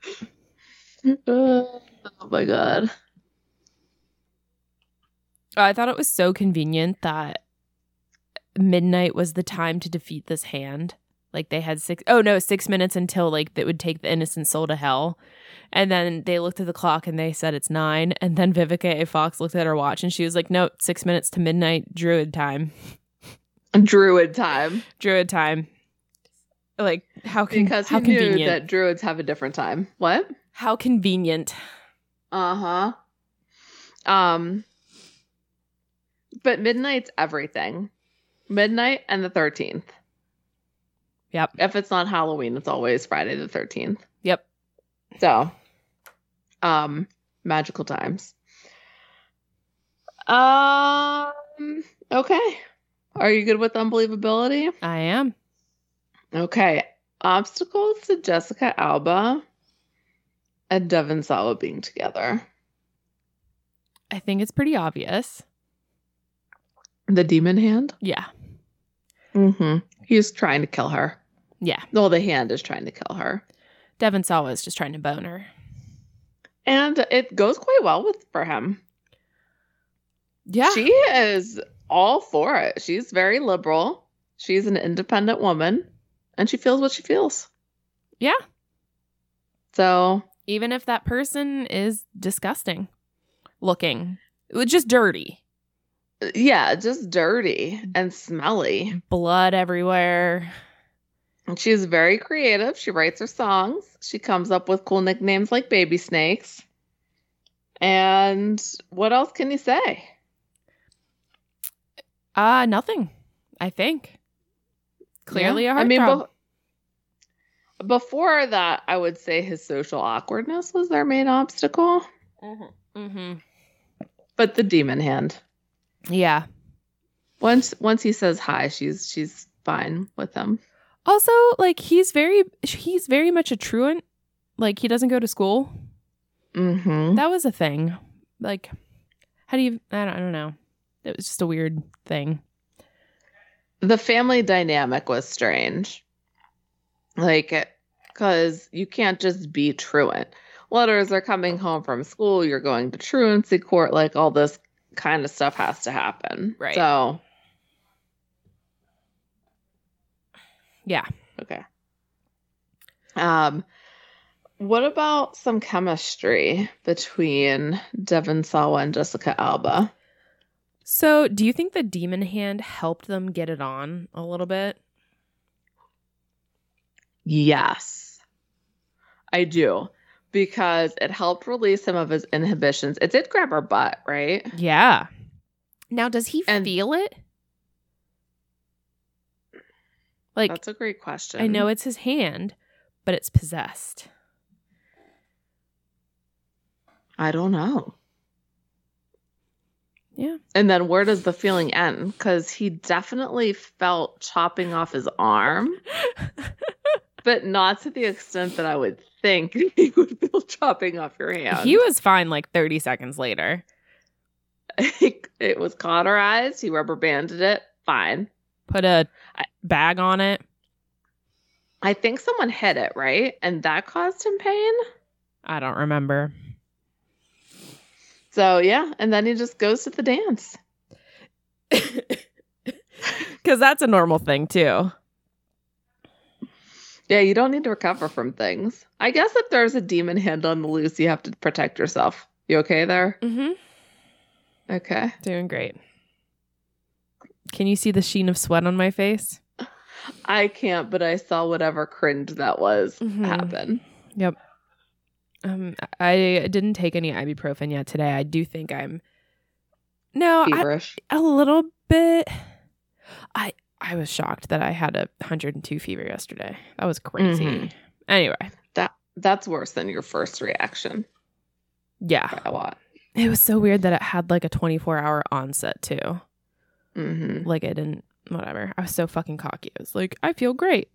oh my god. Oh, I thought it was so convenient that midnight was the time to defeat this hand. Like they had six oh no, six minutes until like that would take the innocent soul to hell. And then they looked at the clock and they said it's nine. And then Vivica A. Fox looked at her watch and she was like, Nope, six minutes to midnight, druid time. Druid time. Druid time. Like how can Because how he knew convenient. that druids have a different time. What? how convenient. Uh huh. Um, but midnight's everything. Midnight and the thirteenth. Yep. If it's not Halloween, it's always Friday the thirteenth. Yep. So, um, magical times. Um. Okay. Are you good with unbelievability? I am. Okay. Obstacles to Jessica Alba and Devin Sawa being together. I think it's pretty obvious. The demon hand. Yeah. Mm-hmm. He's trying to kill her. Yeah. Well, the hand is trying to kill her. Devon Sawa is just trying to bone her. And it goes quite well with for him. Yeah. She is all for it. She's very liberal. She's an independent woman and she feels what she feels. Yeah. So, even if that person is disgusting looking just dirty yeah, just dirty and smelly. blood everywhere She's very creative. She writes her songs. She comes up with cool nicknames like Baby Snakes. And what else can you say? uh nothing i think clearly a Yeah. hard bef- before that, I would say his social awkwardness was their main obstacle, mm-hmm. but the demon hand. yeah Once once he says hi, she's she's fine with him. also like he's very he's very much a truant like he doesn't go to school Mhm. that was a thing like how do you i don't, I don't know it was just a weird thing the family dynamic was strange. Like, because you can't just be truant. Letters are coming home from school, you're going to truancy court, like all this kind of stuff has to happen. Right. So, Yeah. Okay. Um, what about some chemistry between Devon Sawa and Jessica Alba? so do you think the demon hand helped them get it on a little bit Yes, I do. Because it helped release some of his inhibitions. It did grab her butt, right? Yeah. Now, does he And- feel it? Like, That's a great question. I know it's his hand, but it's possessed. I don't know. Yeah. And then where does the feeling end? Because he definitely felt chopping off his <laughs> arm, but not to the extent that I would think <laughs> he would feel chopping off your hand. <laughs> He was fine like 30 seconds later. it was cauterized. He rubber banded it. Fine. Put a I- bag on it. I think someone hit it, right? And that caused him pain. I <laughs> don't remember. So yeah, and then he just goes to the dance. Because that's a normal thing, too. Yeah, you don't need to recover from things. I guess if there's a demon hand on the loose, you have to protect yourself. You okay there? Mm-hmm. Okay. Doing great. Can you see the sheen of sweat on my face? I can't, but I saw whatever cringe that was Mhm. happen. Um, I didn't take any ibuprofen yet today. I do think I'm. No, I, Feverish. a little bit i i was shocked that i had a 102 fever yesterday that was crazy Mhm. anyway That's worse than your first reaction yeah by a lot. it was so weird that it had like a 24 hour onset too hmm like i didn't whatever i was so fucking cocky i was like i feel great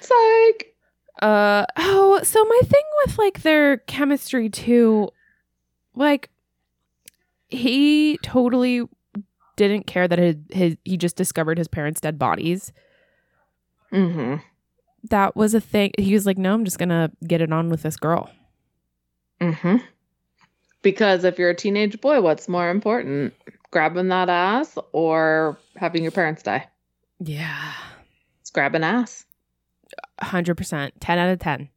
Psych. uh oh so my thing with like their chemistry too like he totally didn't care that his, his he just discovered his parents dead bodies hmm that was a thing. He was like, "No, I'm just gonna get it on with this girl." Mm-hmm. hmm Because if you're a teenage boy, what's more important? grabbing that ass or having your parents die. Yeah. It's grabbing ass. 100%. 10 out of 10.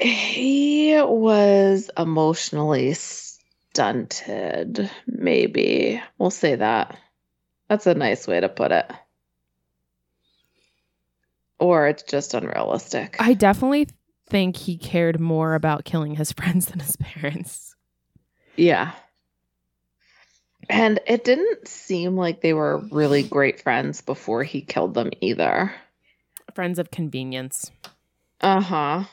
He was emotionally stunted, maybe. We'll say that. That's a nice way to put it. Or it's just unrealistic. I definitely think he cared more about killing his <laughs> friends than his parents. yeah. And it didn't seem like they were really great friends before he killed them either. Friends of convenience. Uh huh.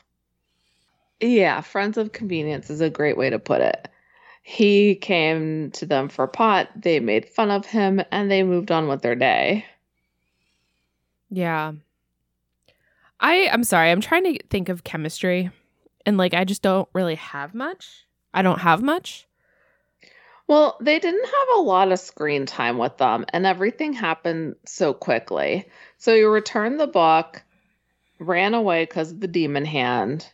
Yeah, friends of convenience is a great way to put it. He came to them for pot, they made fun of him, and they moved on with their day. Yeah. I I'm sorry. I'm trying to think of chemistry and like I just don't really have much. I don't have much. Well, they didn't have a lot of screen time with them, and everything happened so quickly. So he returned the book, ran away because of the demon hand.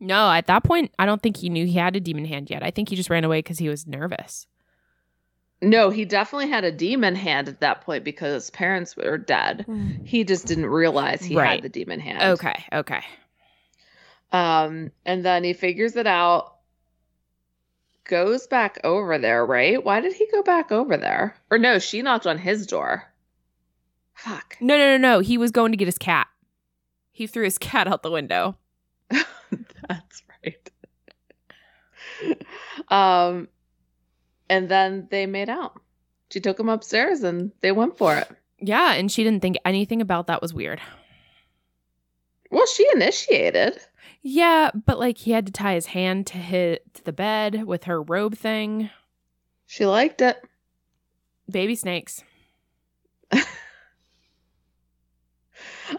No, at that point I don't think he knew he had a demon hand yet. I think he just ran away cuz he was nervous. No, he definitely had a demon hand at that point because his parents were dead. He just didn't realize he Right. had the demon hand. Okay, okay. Um, and then he figures it out, goes back over there, right? Why did he go back over there? Or no, she knocked on his door. Fuck. <laughs> No, no, no, no. He was going to get his cat. He threw his <laughs> cat out the window. That's right. um, and then they made out. She took him upstairs and they went for it. Yeah, and she didn't think anything about that was weird. Well, she initiated. Yeah, but like he had to tie his hand to his to the bed with her robe thing. She liked it. Baby snakes.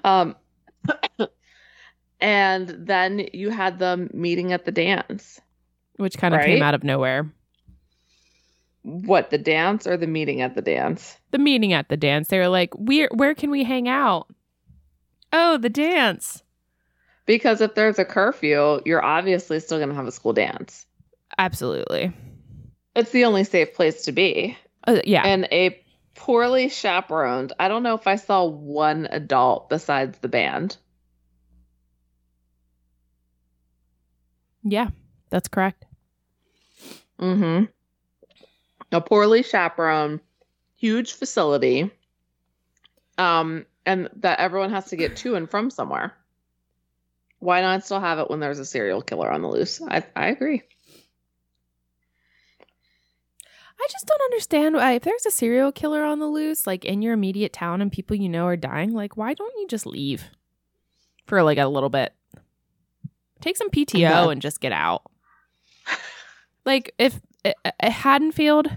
Um, <coughs> and then you had them meeting at the dance. Which kind of came Right? out of nowhere. What, the dance or the meeting at the dance? The meeting at the dance. They were like, Where where can we hang out? Oh, the dance. Because if there's a curfew, you're obviously still going to have a school dance. Absolutely. It's the only safe place to be. Uh, yeah. And a poorly chaperoned, I don't know if I saw one adult besides the band. yeah. That's correct. Mm-hmm. A poorly chaperoned, huge facility. Um, and that everyone has to get to and from somewhere. Why not still have it when there's a serial killer on the loose? I, I agree. I just don't understand why if there's a serial killer on the loose, like in your immediate town and people you know are dying, like why don't you just leave for like a little bit? Take some PTO Yeah. and just get out. <laughs> like if at at Haddonfield,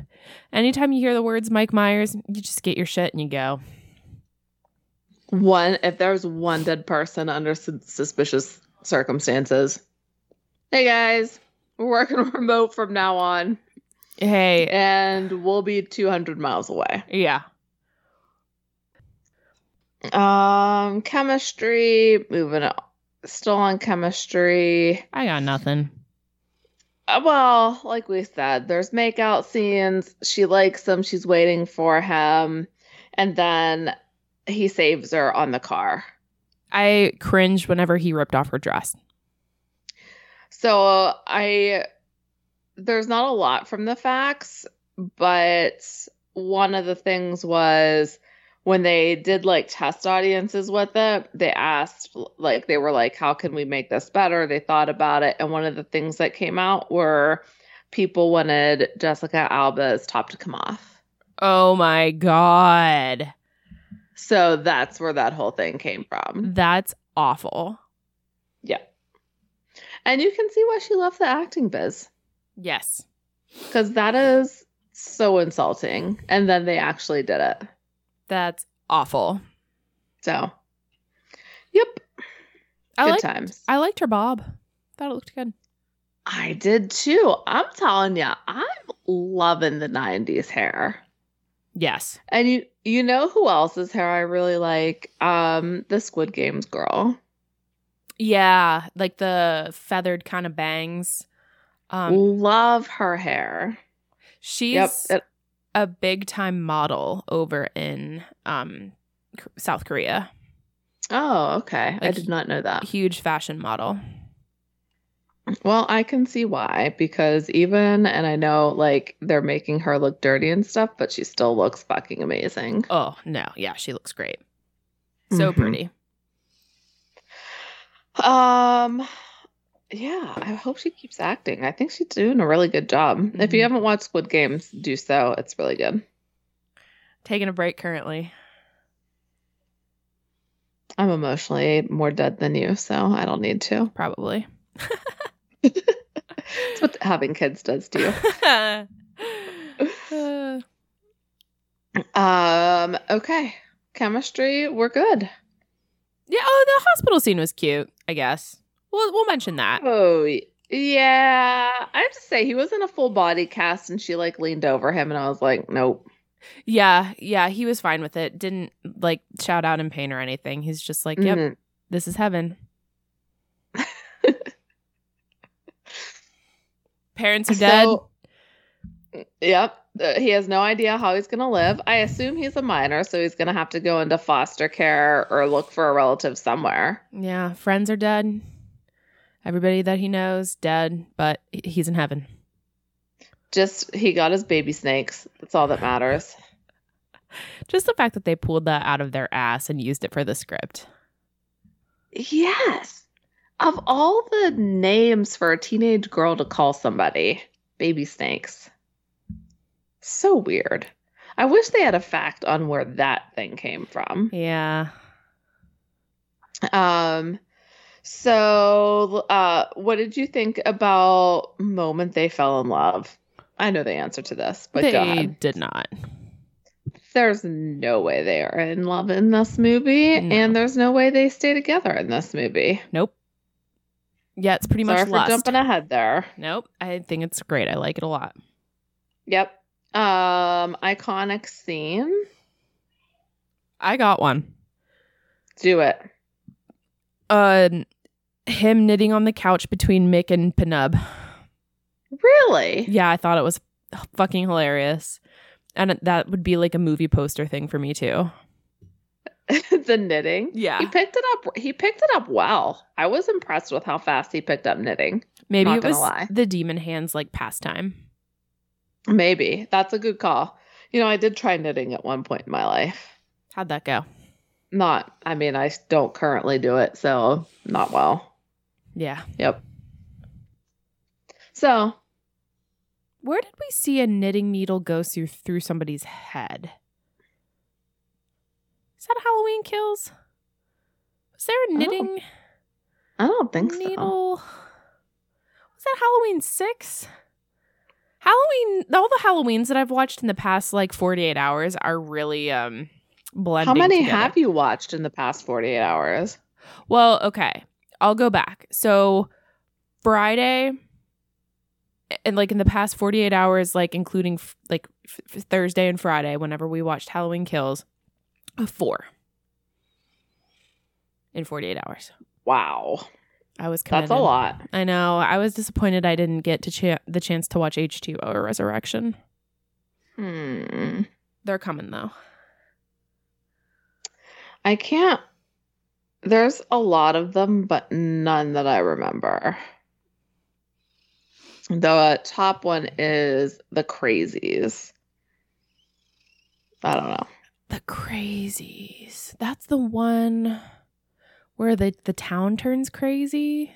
anytime you hear the words Mike Myers, you just get your shit and you go. One, if there's one dead person under sus- suspicious circumstances, hey guys, we're working <laughs> remote from now on, Hey, and we'll be 200 miles away. Yeah. Um, chemistry, moving on. Still on chemistry. I got nothing. Uh, Well, like we said, there's makeout scenes. She likes him. She's waiting for him. And then he saves her on the car. I cringed whenever he ripped off her dress. So I there's not a lot from the facts, but one of the things was when they did like test audiences with it, they asked like they were like how can we make this better? They thought about it and one of the things that came out were people wanted Jessica Alba's top to come off. Oh my God. So that's where that whole thing came from. That's awful. And you can see why she left the acting biz. Yes. Because that is so insulting. And then they actually did it. That's awful. So, yep, I good liked, times. I-, I liked her bob. Thought it looked good. did too. I'm telling you, I'm loving the 90s hair. Yes. And you, you know who else's hair I really like? Um, the Squid Games girl. Yeah. Like the feathered kind of bangs. Um, Love her hair. she's yep. it- a big time model over in um, K- South Korea. oh, okay. I Like- did not know that. Huge fashion model. Well, I can see why because even and I know like they're making her look dirty and stuff, but she still looks fucking amazing. Oh no, yeah, she looks great. So Mhm. pretty. Um yeah, I hope she keeps acting. I think she's doing a really good job. If you Mhm. haven't watched Squid Games, do so. It's really good. Taking a break currently. I'm emotionally more dead than you, so I don't need to. Probably. It's what having kids does to you. <laughs> <laughs> Uh, Um, okay. Chemistry, we're good. yeah. Oh, the hospital scene was cute. I guess. We'll we'll mention that. Oh y- yeah. I have to say he was in a full body cast and she like leaned over him and I was like, Nope. Yeah, yeah. He was fine with it. Didn't like shout out in pain or anything. He's just like, yep, Mhm. this <laughs> is heaven. Parents are dead. So- Yep. Uh, he has no idea how he's going to live. I assume he's a minor, so he's going to have to go into foster care or look for a relative somewhere. yeah, friends are dead. Everybody that he knows dead, but he- he's in heaven. Just he got his baby snakes. That's all that matters. Just the fact that they pulled that out of their ass and used it for the script. Yes. Of all the names for a teenage girl to call somebody, baby snakes. So weird. I wish they had a fact on where that thing came from. Yeah. Um so uh what did you think about moment they fell in love? I know the answer to this, but they God, did not. there's no way they are in love in this movie, No. and there's no way they stay together in this movie. Nope. Yeah, it's pretty Sorry much for lust. jumping ahead there. Nope. I think it's great. I like it a lot. Yep. Um, iconic scene. I got one. Do it. Um, him knitting on the couch between Mick and Penub. Really? Yeah, I thought it was fucking hilarious. And that would be like a movie poster thing for me too. <laughs> the knitting. Yeah. He picked it up. He picked it up well. I was impressed with how fast he picked up knitting. Maybe Not it gonna was lie. the demon hands like pastime. Maybe that's a good call. You know, I did try knitting at one point in my life. How'd that go? Not. I mean, I don't currently do it, so not well. Yeah. Yep. So Where did we see a knitting needle go through through somebody's head? Is that Halloween kills? Was there a don't knitting I don't think so. needle? Was that Halloween six? Halloween all the Halloweens that I've watched in the past like forty eight hours are really um blending. How many together. have you watched in the past forty-eight hours? Well, okay. I'll go back. So Friday and like in the past 48 hours like including f- like f- f- Thursday and Friday whenever we watched Halloween Kills, a 4 in 48 hours. Wow, I was committed. that's a lot. I know. I was disappointed I didn't get to cha- the chance to watch H2O or Resurrection. Hmm. They're coming though. I can't. There's a lot of them, but none that I remember. The top one is The Crazies. I don't know. The Crazies. That's the one where the the town turns crazy.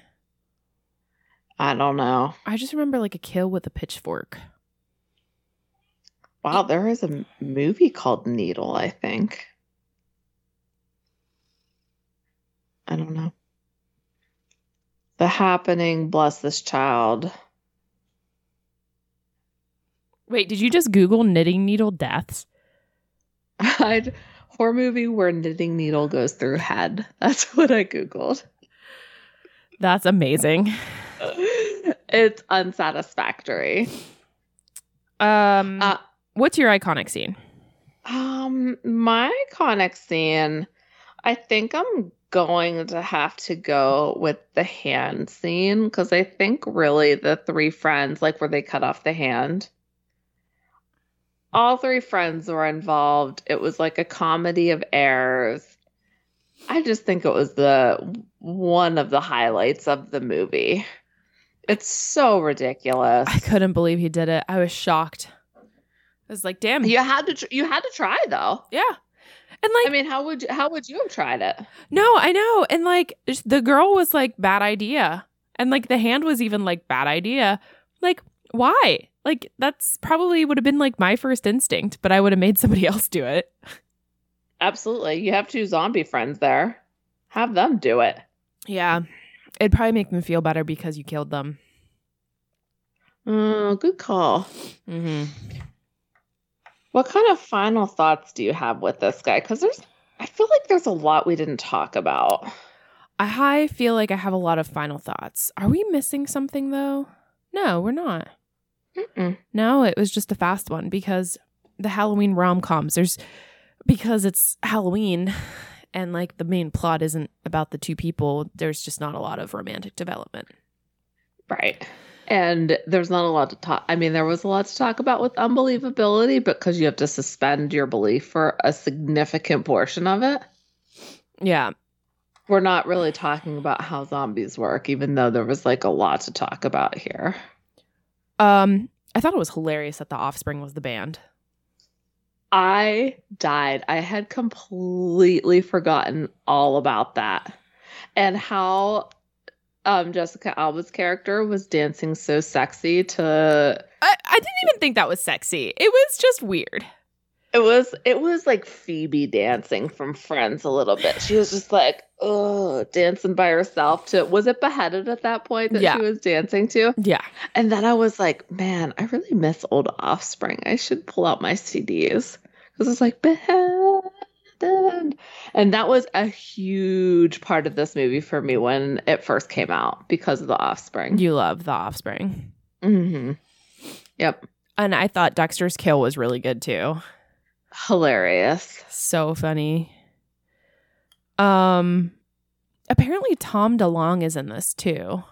I don't know. I just remember like a kill with a pitchfork. Wow, there is a m- movie called Needle, I think. I don't know. The Happening, Bless This Child. <laughs> Wait, did you just Google knitting needle deaths? I'd, horror movie where knitting needle goes through head. <laughs> That's what I googled. <laughs> That's amazing. it's unsatisfactory. Um, Uh, what's your iconic scene? Um, my iconic scene. I think I'm going to have to go with the hand scene because I think really the three friends, like where they cut off the hand, all three friends were involved. It was like a comedy of errors. I just think it was the one of the highlights of the movie. It's so ridiculous. I couldn't believe he did it. I was shocked. I was like, damn. <laughs> You had to tr- you had to try though. Yeah. And like I mean, how would you, how would you have tried it? No, I know. And like sh- the girl was like bad idea. And like the hand was even like bad idea. Like why? Like that's probably would have been like my first instinct, but I would have made somebody <laughs> else do it. Absolutely. You have two zombie friends there. Have them do it. Yeah. It'd probably make them feel better because you killed them. Mm, good call. Mhm. What kind of final thoughts do you have with this guy? Because there's, I feel like there's a lot we didn't talk about. I I feel like I have a lot of final thoughts. Are we missing something though? No, we're not. Mm-mm. No, it was just a fast one because the Halloween rom coms, there's because it's Halloween <laughs> and like the main plot isn't about the two people, there's just not a lot of romantic development. Right. And there's not a lot to talk. I mean, there was a lot to talk about with unbelievability because you have to suspend your belief for a significant portion of it. Yeah. We're not really talking about how zombies work, even though there was like a lot to talk about here. Um I thought it was hilarious that the offspring was the band. I died. I had completely forgotten all about that and how um, Jessica Alba's character was dancing so sexy to I, I didn't even think that was sexy. It was just weird. it was it was like Phoebe dancing from Friends a little bit. She was just like oh dancing by herself to was it beheaded at that point that Yeah. she was dancing to? Yeah. And then I was like, man, I really miss old Offspring. I should pull out my CDs because it's like beheaded. And that was a huge part of this movie for me when it first came out because of the Offspring. You love the offspring. hmm Yep, And I thought Dexter's kill was really good too. hilarious. So funny. Um apparently Tom DeLong is in this too.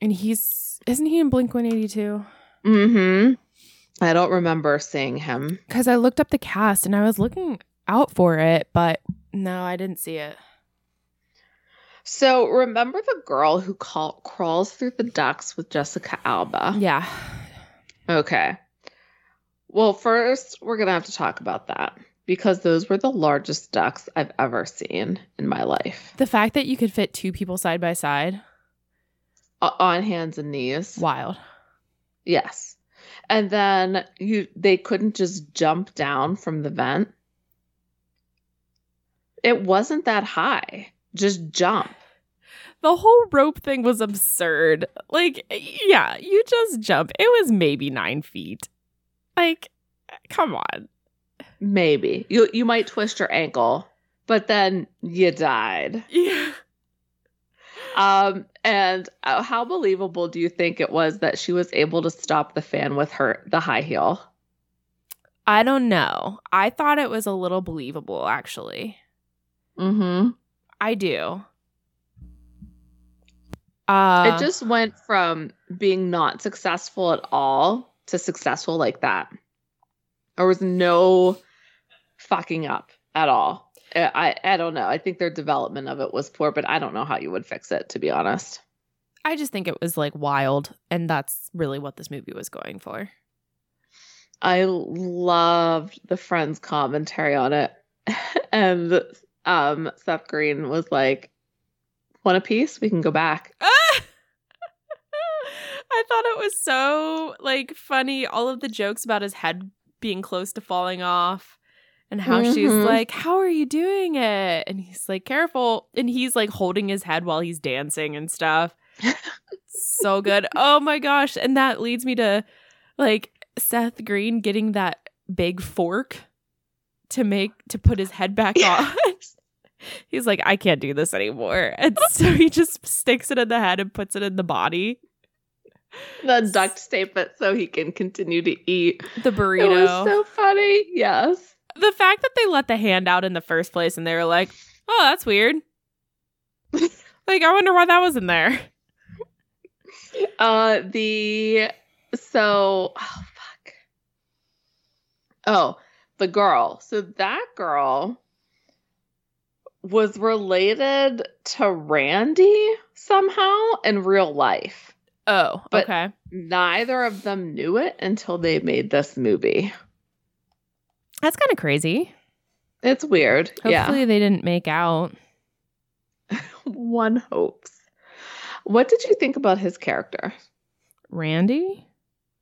And he's isn't he in Blink 182? hmm I don't remember seeing him. Cuz I looked up the cast and I was looking out for it, but no, I didn't see it. So remember the girl who call- crawls through the ducks with Jessica Alba? Yeah. Okay. Well, first, we're going to have to talk about that because those were the largest ducks I've ever seen in my life The fact that you could fit two people side by side, O- on hands and knees. wild. Yes. And then you they couldn't just jump down from the vent. It wasn't that high. Just jump. The whole rope thing was absurd. Like, yeah, you just jump. It was maybe 9 feet. Like, come on. <laughs> Maybe. You you might twist your ankle, but then you died. Yeah. Um, and uh, how believable do you think it was that she was able to stop the fan with her the high heel? I don't know. I thought it was a little believable, actually. Mm-hmm. I do. Uh, it just went from being not successful at all to successful like that. There was no fucking up at all. I I, I don't know. I think their development of it was poor, but I don't know how you would fix it to be honest. I just think it was like wild, and that's really what this movie was going for. I loved the friends commentary on it. <laughs> and um Seth Green was like, Want a piece? We can go back. <laughs> I thought it was so like funny. All of the jokes about his head being close to falling off, and how she's Mhm. like, "How are you doing it?" And he's like, "Careful!" And he's like holding his head while he's dancing and stuff. so good. Oh my gosh! And that leads me to like Seth Green getting that big fork to make to put his head back on. <laughs> He's like, I can't do this anymore. And so he just sticks it in the head and puts it in the body. Then duct tape it so he can continue to eat. <laughs> The It was burrito. so funny. Yes. the fact that they let the hand out in the first place and they were like, oh, <laughs> that's weird. like, I wonder why that wasn't there. Uh, the so oh fuck. Oh, the girl. So that girl was related to Randy somehow in real life. Oh, But- okay. Neither of them knew it until they made this movie. That's kind of crazy. It's weird. Yeah. Hopefully they didn't make out. <laughs> One hopes. What did you think about his character? Randy?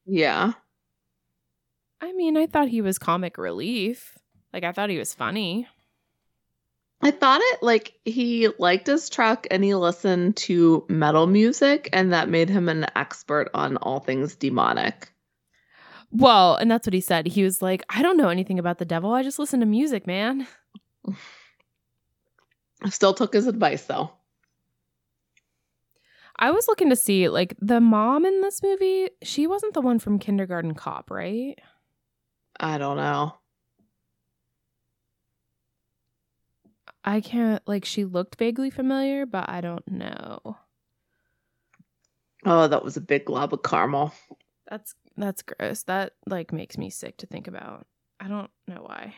Yeah. I mean, I thought he was comic relief. Like, I thought he was funny. I thought it like he liked his truck and he listened to metal music, and that made him an expert on all things demonic. Well, and that's what he said. He was like, I don't know anything about the devil. I just listen to music, man. I still took his advice though. I was looking to see, like, the mom in this movie, she wasn't the one from Kindergarten Cop, right? I don't know. I can't, like, she looked vaguely familiar, but I don't know. Oh, that was a big glob of caramel. That's that's gross. That like makes me sick to think about. I don't know why.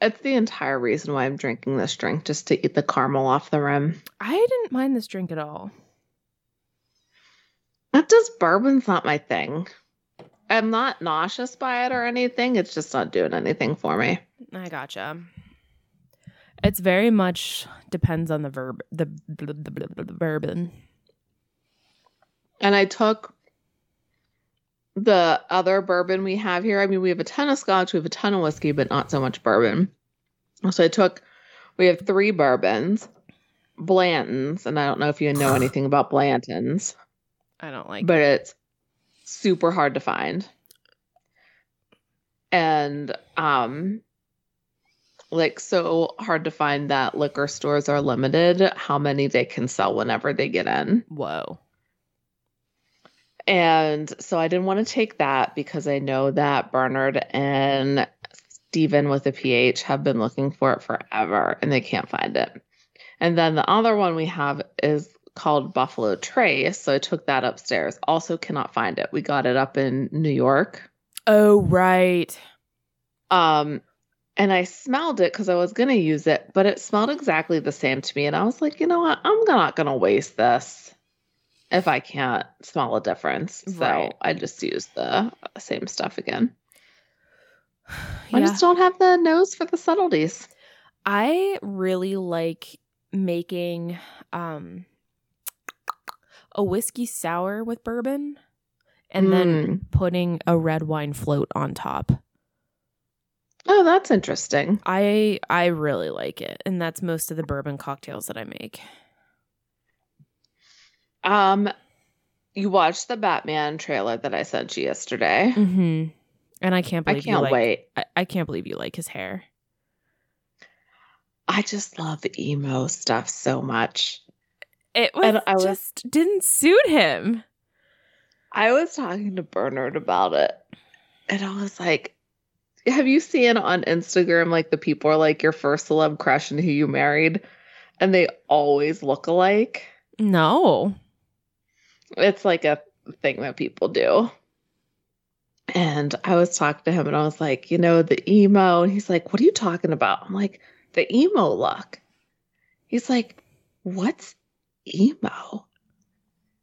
It's the entire reason why I'm drinking this drink, just to eat the caramel off the rim. I didn't mind this drink at all. That just bourbon's not my thing. I'm not nauseous by it or anything. It's just not doing anything for me. I gotcha. It's very much depends on the verb the, the, the, the, the, the bourbon. And I took the other bourbon we have here. I mean, we have a ton of scotch, we have a ton of whiskey, but not so much bourbon. So I took, we have three bourbons, Blanton's, and I don't know if you know anything about Blanton's, I don't like. but it's super hard to find. And, um, like so hard to find that liquor stores are limited how many they can sell whenever they get in. Whoa. And so I didn't want to take that because I know that Bernard and Stephen with a PH have been looking for it forever and they can't find it. And then the other one we have is called Buffalo Trace. So I took that upstairs. Also cannot find it. We got it up in New York. Oh right. Um and I smelled it because I was gonna use it, but it smelled exactly the same to me. And I was like, you know what? I'm not gonna waste this if I can't smell a difference. So Right. I just used the same stuff again. I Yeah. just don't have the nose for the subtleties. I really like making um a whiskey sour with bourbon and Hmm. then putting a red wine float on top. Oh, that's interesting. I I really like it and that's most of the bourbon cocktails that I make. Um you watched the Batman trailer that I sent you yesterday. Mhm. And I can't Mm-hmm. I believe you can't like, wait. I, I can't believe you like his hair. I just love the emo stuff so much. It And was I was- just didn't suit him. I was talking to Bernard about it, and I was like, "Have you seen on Instagram like the people are like your first celeb crush and who you married, and they always look alike? No. It's like a thing that people do." And I was talking to him, and I was like, "You know the emo," and he's like, "What are you talking about?" I'm like, "The emo look." He's like, "What's emo?"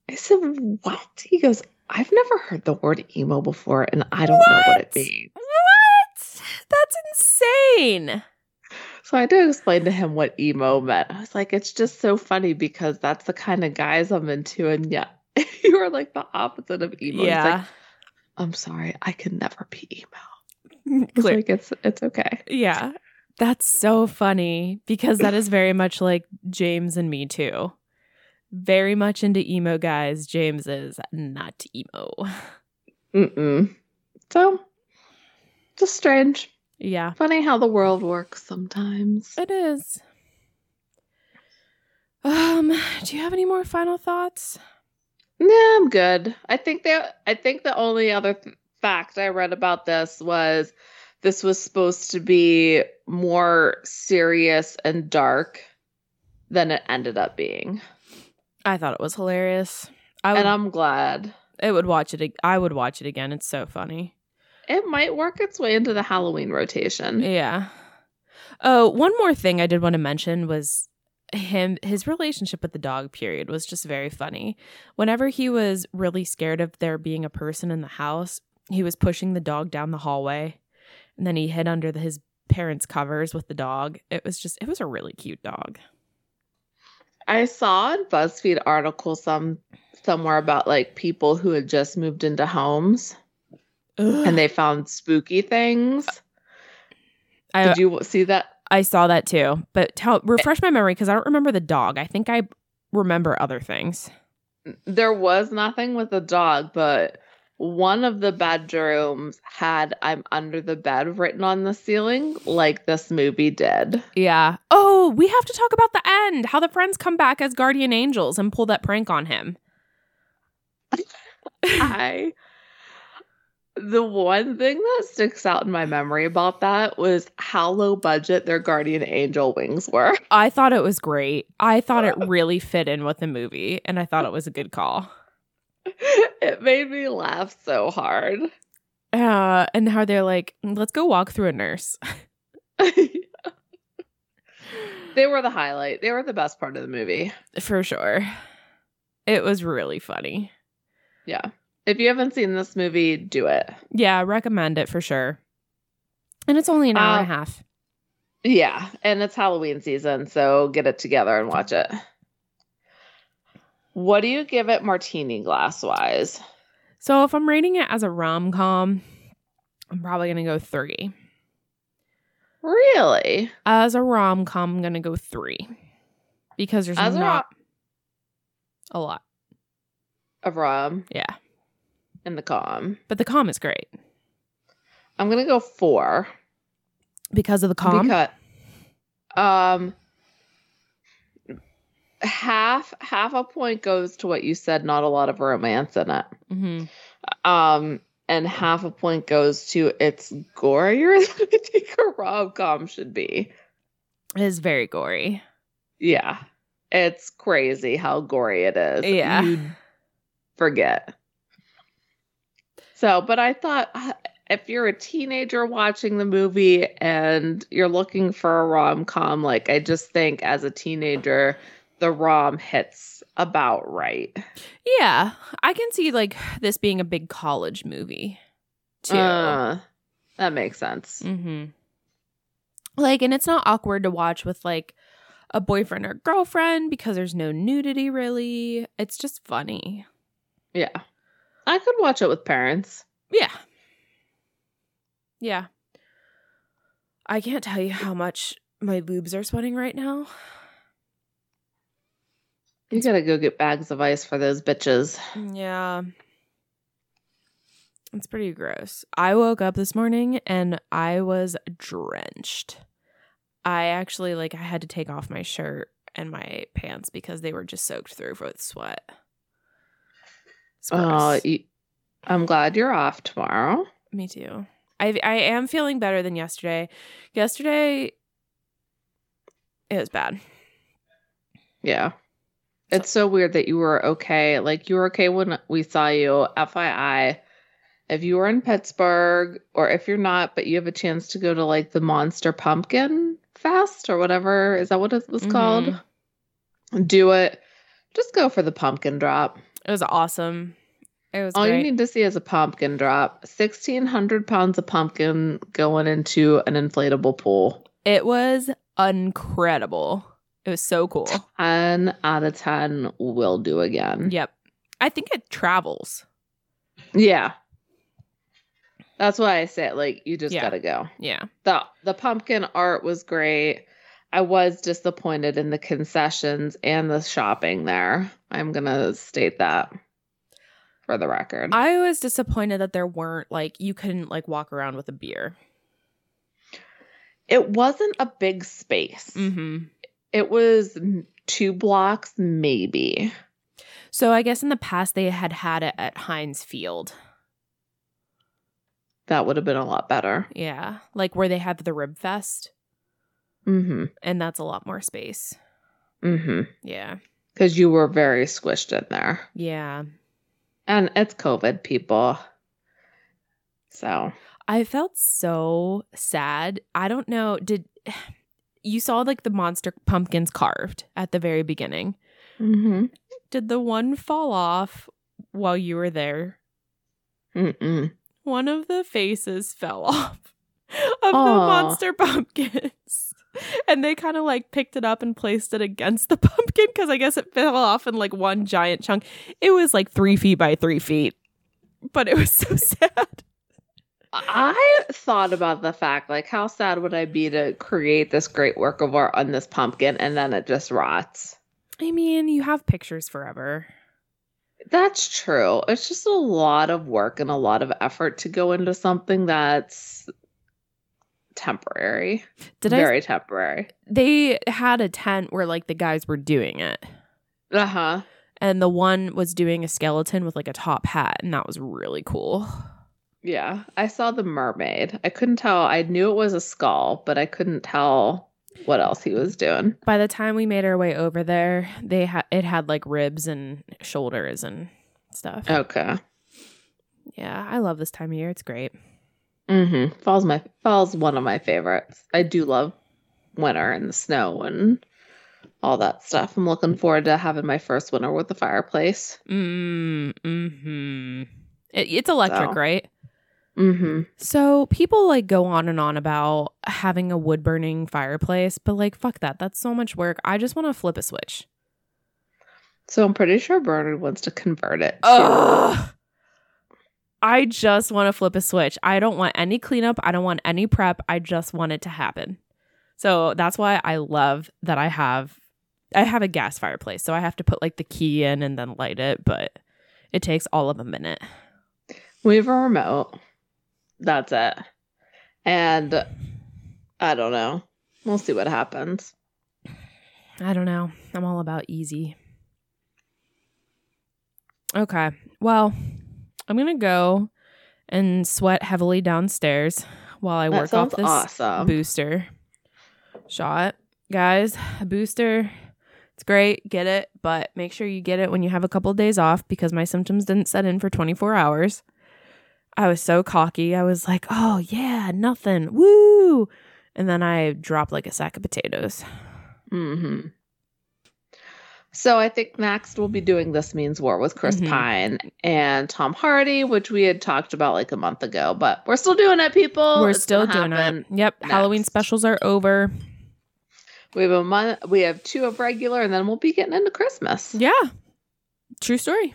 I said, What? He goes, I've never heard the word emo before and I don't know what What? it means. What? That's insane. So I did explain to him what emo meant. I was like, It's just so funny because that's the kind of guys I'm into. And yeah, <laughs> you are like the opposite of emo. He's like, <laughs> Yeah. I'm sorry, I can never be emo. It's Clear. like, It's, it's okay. Yeah. That's so funny because that is very much like James and me too. Very much into emo guys. James is not emo. <laughs> Mm-mm. So just strange. Yeah. Funny how the world works sometimes. It is. Um, do you have any more final thoughts? Yeah, I'm good. I think that I think the only other th- fact I read about this was this was supposed to be more serious and dark than it ended up being. I thought it was hilarious. I would, And I'm glad. it would watch it. ag- I would watch it again. It's so funny. It might work its way into the Halloween rotation. Yeah. Oh, one more thing I did want to mention was him his relationship with the dog period was just very funny. Whenever he was really scared of there being a person in the house, he was pushing the dog down the hallway and then he hid under the, his parents' covers with the dog. It was just it was a really cute dog. I saw a BuzzFeed article some somewhere about like people who had just moved into homes and they found spooky things. I, Did you see that? I saw that too. But tell refresh my memory cuz I don't remember the dog. I think I remember other things. There was nothing with a dog, but one of the bedrooms had I'm under the bed written on the ceiling, like this movie did. Yeah. Oh, we have to talk about the end. How the friends come back as guardian angels and pull that prank on him. I the one thing that sticks out in my memory about that was how low budget their guardian angel wings were. I thought it was great. I thought it really fit in with the movie, and I thought it was a good call. <laughs> it made me laugh so hard. <laughs> Uh, and how they're like, let's go walk through a nurse. <laughs> they were the highlight. They were the best part of the movie. For sure. It was really funny. If you haven't seen this movie, do it. Yeah, I recommend it for sure. And it's only an hour Uh, and a half. Yeah, and it's Halloween season, so get it together and watch it. What do you give it martini glass wise? So if I'm rating it as a rom com, I'm probably going to go three. Really? As a rom com, I'm gonna go three because there's As a not a lot. A rum Yeah, and the calm. but the com is great I'm gonna go four. because of the com. Because, um, half half a point goes to what you said. Not a lot of romance in it. Mhm. Um, and half a point goes to it's gorier <laughs> than I think a rom com should be. It is very gory. Yeah, it's crazy how gory it is. yeah, you forget. So, but I thought uh, if you're a teenager watching the movie and you're looking for a rom com, like I just think as a teenager, the rom hits about right. yeah. I can see like this being a big college movie too. Uh, that makes sense. hmm Like, and it's not awkward to watch with like a boyfriend or girlfriend because there's no nudity really. It's just funny. Yeah. I could watch it with parents. Yeah. Yeah. I can't tell you how much my boobs are sweating right now. You gotta go get bags of ice for those bitches. Yeah. It's pretty gross. I woke up this morning and I was drenched. I actually like I had to take off my shirt and my pants because they were just soaked through with sweat. It's Oh, gross. you, I'm glad you're off tomorrow. Me too. I I am feeling better than yesterday. Yesterday it was bad. Yeah. It's so weird that you were okay. Like you were okay when we saw you. FYI, if you were in Pittsburgh or if you're not, but you have a chance to go to like the Monster Pumpkin Fest or whatever, is that what it was called? Do it. Just go for the pumpkin drop. It was awesome. It was All great. you need to see is a pumpkin drop. 1600 pounds of pumpkin going into an inflatable pool. it was incredible. It was so <laughs> cool. 10 out of 10 will do again. Yep. I think it travels. Yeah. That's why I said like you just Yeah. gotta go. Yeah. The the pumpkin art was great. I was disappointed in the concessions and the shopping there. I'm gonna state that for the record. I was disappointed that there weren't like you couldn't like walk around with a beer. it wasn't a big space. Mhm. It was m- two blocks maybe. So I guess in the past they had had it at Heinz Field. That would have been a lot better. Yeah. Like where they have the rib fest, Mm and that's a lot more space. hmm. Mm hmm. Yeah. Because you were very squished in there. Yeah. And it's COVID, people. So, I felt so sad. I don't know. Did <sighs> you saw like the monster pumpkins carved at the very beginning? mm Did the one fall off while you were there? hmm. Mm-mm. One of the faces fell <laughs> off of the Aw. monster pumpkins. And they kind of like picked it up and placed it against the <laughs> pumpkin because I guess it fell off in like one giant chunk. It was like three feet by three feet, but it was so <laughs> sad. I thought about the fact, like, how sad would I be to create this great work of art on this pumpkin and then it just rots? I mean, you have pictures forever. That's true. It's just a lot of work and a lot of effort to go into something that's temporary. Did I Very temporary. they had a tent where like the guys were doing it Uh huh. and the one was doing a skeleton with like a top hat and that was really cool Yeah. I saw the mermaid. I couldn't tell. I knew it was a skull, but I couldn't tell what else he was doing. by the time we made our way over there they had it had like ribs and shoulders and stuff Okay. yeah i love this time of year it's great Mm hmm. Fall's, my, fall's one of my favorites. I do love winter and the snow and all that stuff. I'm looking forward to having my first winter with the fireplace. mm, mm-hmm it, it's So. electric right Mm Mm-hmm. hmm. so people like go on and on about having a wood burning fireplace but like fuck that that's so much work i just want to flip a switch So I'm pretty sure Bernard wants to convert it. to- Ugh. I just want to flip a switch. I don't want any cleanup. I don't want any prep. I just want it to happen. So that's why I love that I have I have a gas fireplace. So I have to put like the key in and then light it, but it takes all of a minute. We have a remote. That's it. And uh, I don't know. We'll see what happens. I don't know. I'm all about easy. Okay. Well, I'm going to go and sweat heavily downstairs while I that work off sounds this awesome. booster shot. Guys, a booster, it's great. Get it, but make sure you get it when you have a couple of days off because my symptoms didn't set in for 24 hours. I was so cocky. I was like, oh, yeah, nothing. Woo. And then I dropped like a sack of potatoes. hmm So I think next we'll be doing This Means War with Chris Mhm. Pine and Tom Hardy, which we had talked about like a month ago, but we're still doing it, people. We're It's still gonna doing happen. it. Yep. Halloween next. specials are over. We have a month we have two of regular and then we'll be getting into Christmas. Yeah. True story.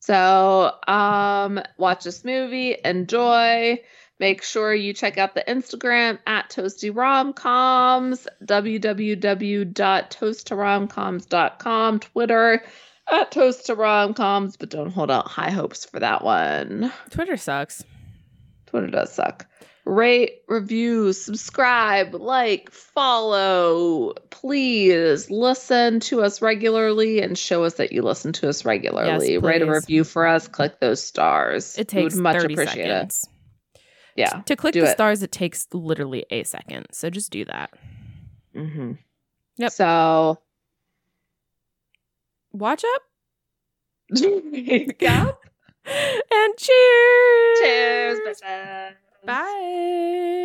So, um, watch this movie, enjoy. Make sure you check out the Instagram at Toasty Romcoms, www.toastoromcoms.com, Twitter at Toastoromcoms, but don't hold out high hopes for that one. Twitter sucks. Twitter does suck. Rate, review, subscribe, like, follow. Please listen to us regularly and show us that you listen to us regularly. Write a please. review for us. Click those stars. It We takes 30 seconds. it. Yeah. To click do the it. stars, it takes literally a second. So just do that. Mm-hmm. Yep. So, <laughs> Watch up yeah. <laughs> and cheers. Cheers. bitches. Bye.